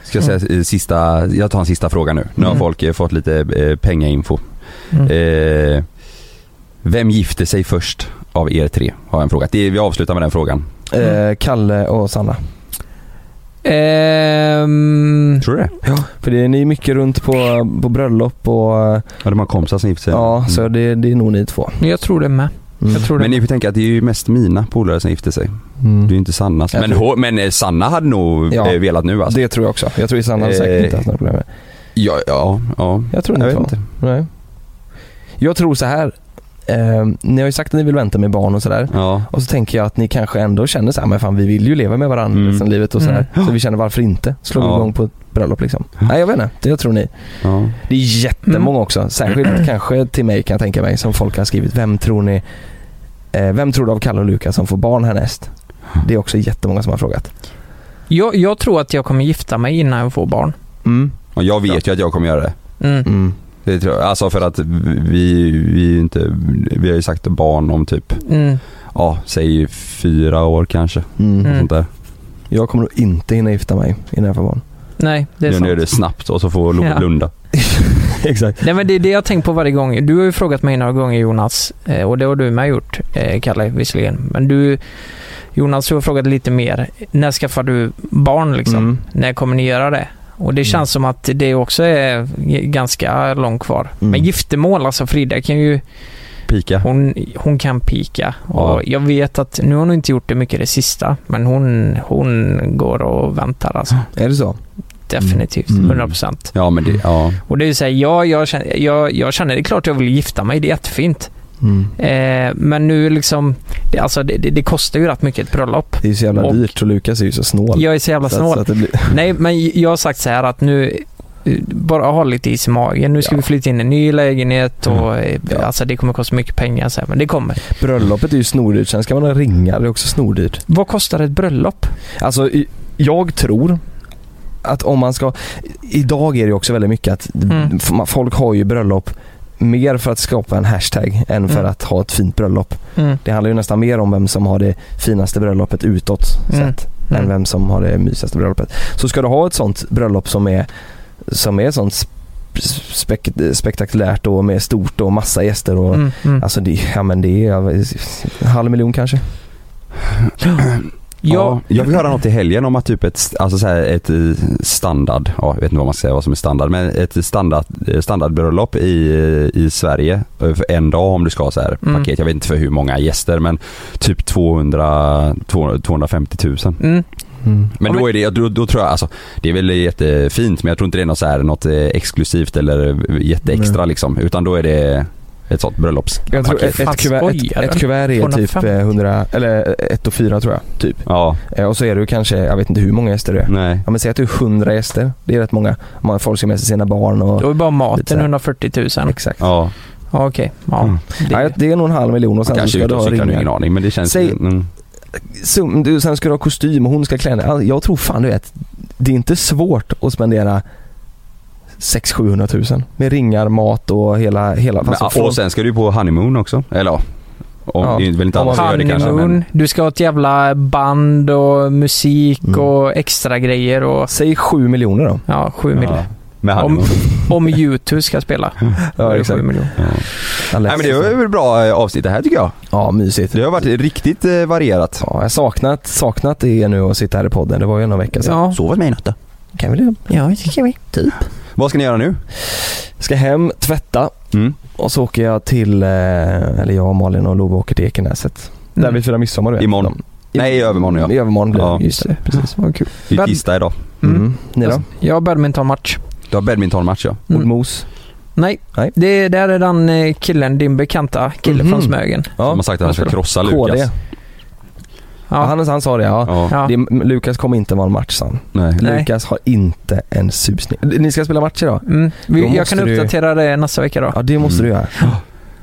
Ska jag säga eh, sista, jag tar en sista fråga nu. Nu har Mm. folk eh, fått lite eh, pengainfo. Mm. Eh, vem gifter sig först av er tre? Har jag en fråga. Det, vi avslutar med den frågan. Eh, Kalle och Sanna. Mm. Ehm, Tror du det? För det är ni mycket runt på, på bröllop och eh, Ja, de har kompisar som gifter sig. ja, Mm. så det, det är nog ni två. jag tror det med. Mm. Jag tror det. Men ni får tänka att det är ju mest mina polare som gifter sig. Det är ju Mm. inte Sannas. Jag Men, tror- hå- men eh, Sanna hade nog Ja. eh, velat nu alltså. Det tror jag också. Jag tror Sanna hade säkert Eh, inte haft några problem med det. Ja, ja, ja. Jag tror ni Jag vet två. inte. Nej. Jag tror så här. Eh, ni har ju sagt att ni vill vänta med barn och sådär. Ja. Och så tänker jag att ni kanske ändå känner så här, men fan vi vill ju leva med varandra Mm. resten av livet och sådär. Så vi känner varför inte? Slå Ja. igång på ett bröllop liksom. Nej jag vet inte, det tror ni. ja. Det är jättemånga också, särskilt kanske till mig kan jag tänka mig som folk har skrivit. Vem tror ni eh, Vem tror du av Kalle och Lukas som får barn härnäst? Det är också jättemånga som har frågat. Jag, jag tror att jag kommer gifta mig innan jag får barn. Mm. Och jag vet ju att jag kommer göra det. Mm. Mm. det tror jag. Alltså för att vi, vi, är ju inte, vi har ju sagt barn om typ, Mm. ja, säg fyra år kanske. Mm. Mm. Sånt där. Jag kommer nog inte hinna gifta mig innan jag får barn. Nej, det är Gör ni sant. det snabbt och så får Lo- Ja. Lunda. Exakt. Nej men det är det jag har tänkt på varje gång. Du har ju frågat mig några gånger Jonas eh, och det har du med gjort eh, Kalle visserligen. Men du Jonas, du har frågat lite mer. När skaffar du barn liksom? Mm. När kommer ni göra det? Och det känns Mm. som att det också är g- ganska långt kvar. Mm. Men giftermål alltså Frida kan ju, Pika. hon, hon kan pika. Ja. Och jag vet att, nu har hon inte gjort det mycket det sista, men hon, hon går och väntar alltså. Är det så? Definitivt, Mm. 100%. Ja men det, ja. Och det är ju såhär, ja, jag känner, jag, jag känner, det är klart jag vill gifta mig, det är jättefint. Mm. Eh, men nu liksom, det, alltså det, det, det kostar ju rätt mycket ett bröllop. Det är ju så jävla Och- dyrt och Lukas är ju så snål. Jag är så jävla Så att- snål. Så att det blir... Nej, men jag har sagt så här att nu, eh, bara ha lite is i magen. Nu ska Ja. Mm. vi flytta in i en ny lägenhet och eh, Ja. alltså det kommer kosta mycket pengar så här, men det kommer. Bröllopet är ju snordyrt, sen ska man ha ringar, det är också snordyrt. Vad kostar ett bröllop? Alltså, i- jag tror att om man ska... Idag är det ju också väldigt mycket att Mm. f- man- folk har ju bröllop mer för att skapa en hashtag än för Mm. att ha ett fint bröllop. Mm. Det handlar ju nästan mer om vem som har det finaste bröllopet utåt Mm. sett än vem som har det mysigaste bröllopet. Så ska du ha ett sånt bröllop som är, som är sånt sp- spek, spektakulärt och med stort och massa gäster och Mm. Mm. Alltså det, ja men det är en halv miljon kanske. Ja, Ja, jag vill höra något i helgen om att typ ett, alltså så här ett eh, standard, ja, jag vet inte vad man ska säga vad som är standard, men ett standard, eh, standardbröllop i, eh, i Sverige eh, för en dag om du ska ha så här Mm. paket, jag vet inte för hur många gäster men typ 200, 200 250 000. mm. Men Ja, då är det, då, då tror jag alltså, det är väl jättefint men jag tror inte det är något, så här, något eh, exklusivt eller eh, jätteextra liksom, utan då är det ett sånt bröllopspaket. Jag tror ett, ett, Fan, kuvert, ett, skojar ett du? kuvert är typ 250. eh, 100, eller eh, ett och fyra tror jag. Typ. Ja, Eh, Och så är det ju kanske, jag vet inte hur många gäster det är. nej. Ja men säg att du är 100 gäster, det är rätt många. Man, folk ska med sig sina barn och... Då är bara Lite så maten här. 140 000. Exakt. Ja, Ja, okej. Mm. Ja. Ja, det är nog en halv miljon och sen så kanske ska ute du och ha cyklar nu, ingen ringar. aning men det känns... Säg- mm. Sum- du- Sen ska du ha kostym och hon ska klä dig. Jag tror fan du vet, det är inte svårt att spendera 600 700 000 med ringar, mat och hela... hela Men, alltså, och sen ska du ju på honeymoon också, eller ja. Om, Ja. Det är väl inte Om alla som man gör det kanske men... Honeymoon, du ska ha ett jävla band och musik Mm. och extra grejer och Säg 7 miljoner då. ja, sju miljoner. Ja. Med honeymoon. Om YouTube ska spela. då är det exakt. sju miljoner. Ja. Alex. Nej men det var ju ett bra eh, avsnitt det här tycker jag. Ja, mysigt. Det har varit riktigt eh, varierat. Ja, jag saknat, saknat det nu att sitta här i podden. Det var ju någon vecka sedan. Ja. Sovit med i natt då? Kan vi det? Ja, det kan vi. Typ. Vad ska ni göra nu? Ska hem, tvätta Mm. och så åker jag till, eh, eller jag, Malin och Love åker till Ekenäset. Där vi firar midsommar du vet. Imorgon. Nej, i övermorgon, ja. I övermorgon blir det. Ja. Just det, precis. Vad kul. Det är Bad- tisdag idag. Mm. Mm. Ni då? Jag har badmintonmatch. Du har badmintonmatch ja. Mm. Och mos? Nej, Nej. Det, där är den eh, killen, din bekanta kille Mhm. från Smögen. De Ja. har sagt att han ska krossa KD. Lukas. Ja. Ja. Han, han sa det ja. Ja. Ja. Det, Lukas kommer inte vara en match sa han. Nej. Nej. Lukas har inte en susning. Ni ska spela match idag? Mm. Då Vi, jag måste kan du- uppdatera det nästa vecka då. Ja det måste Mm. du göra.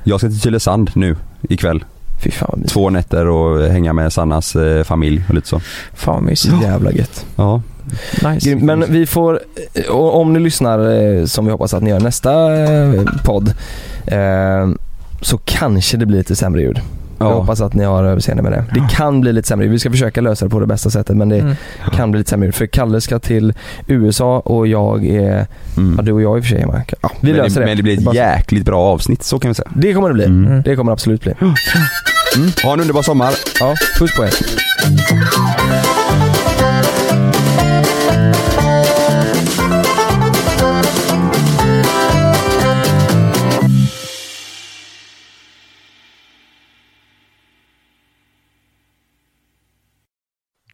Jag ska till Tylösand nu ikväll. Fy fan vad mysigt. Två nätter och hänga med Sannas eh, familj och lite så. Fan vad mysigt. Jävla gött. Ja. Nice. Grymt, Men vi får, eh, och om ni lyssnar eh, som vi hoppas att ni gör nästa eh, podd eh, så kanske det blir lite sämre ljud. Ja. Jag hoppas att ni har överseende med det. Det kan bli lite sämre. Vi ska försöka lösa det på det bästa sättet men det Mm. kan bli lite sämre. För Kalle ska till USA och jag är... Mm. Ja, du och jag i och för sig Emma. Ja, vi men, löser det, det. men det blir ett bara- jäkligt bra avsnitt, så kan vi säga. Det kommer det bli. Mm. Det kommer det absolut bli. Mm. Ha en underbar sommar. Ja, puss på er.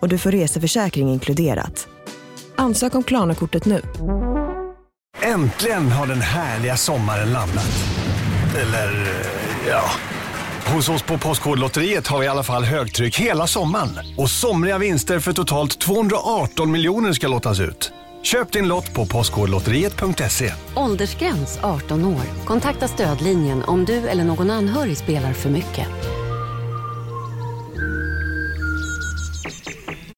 och du får reseförsäkring inkluderat. Ansök om Klarna-kortet nu. Äntligen har den härliga sommaren landat. Eller, eh, ja. Hos oss på Postkodlotteriet har vi i alla fall högtryck hela sommaren. Och somriga vinster för totalt 218 miljoner ska lottas ut. Köp din lott på postkodlotteriet.se. Åldersgräns 18 år. Kontakta stödlinjen om du eller någon anhörig spelar för mycket.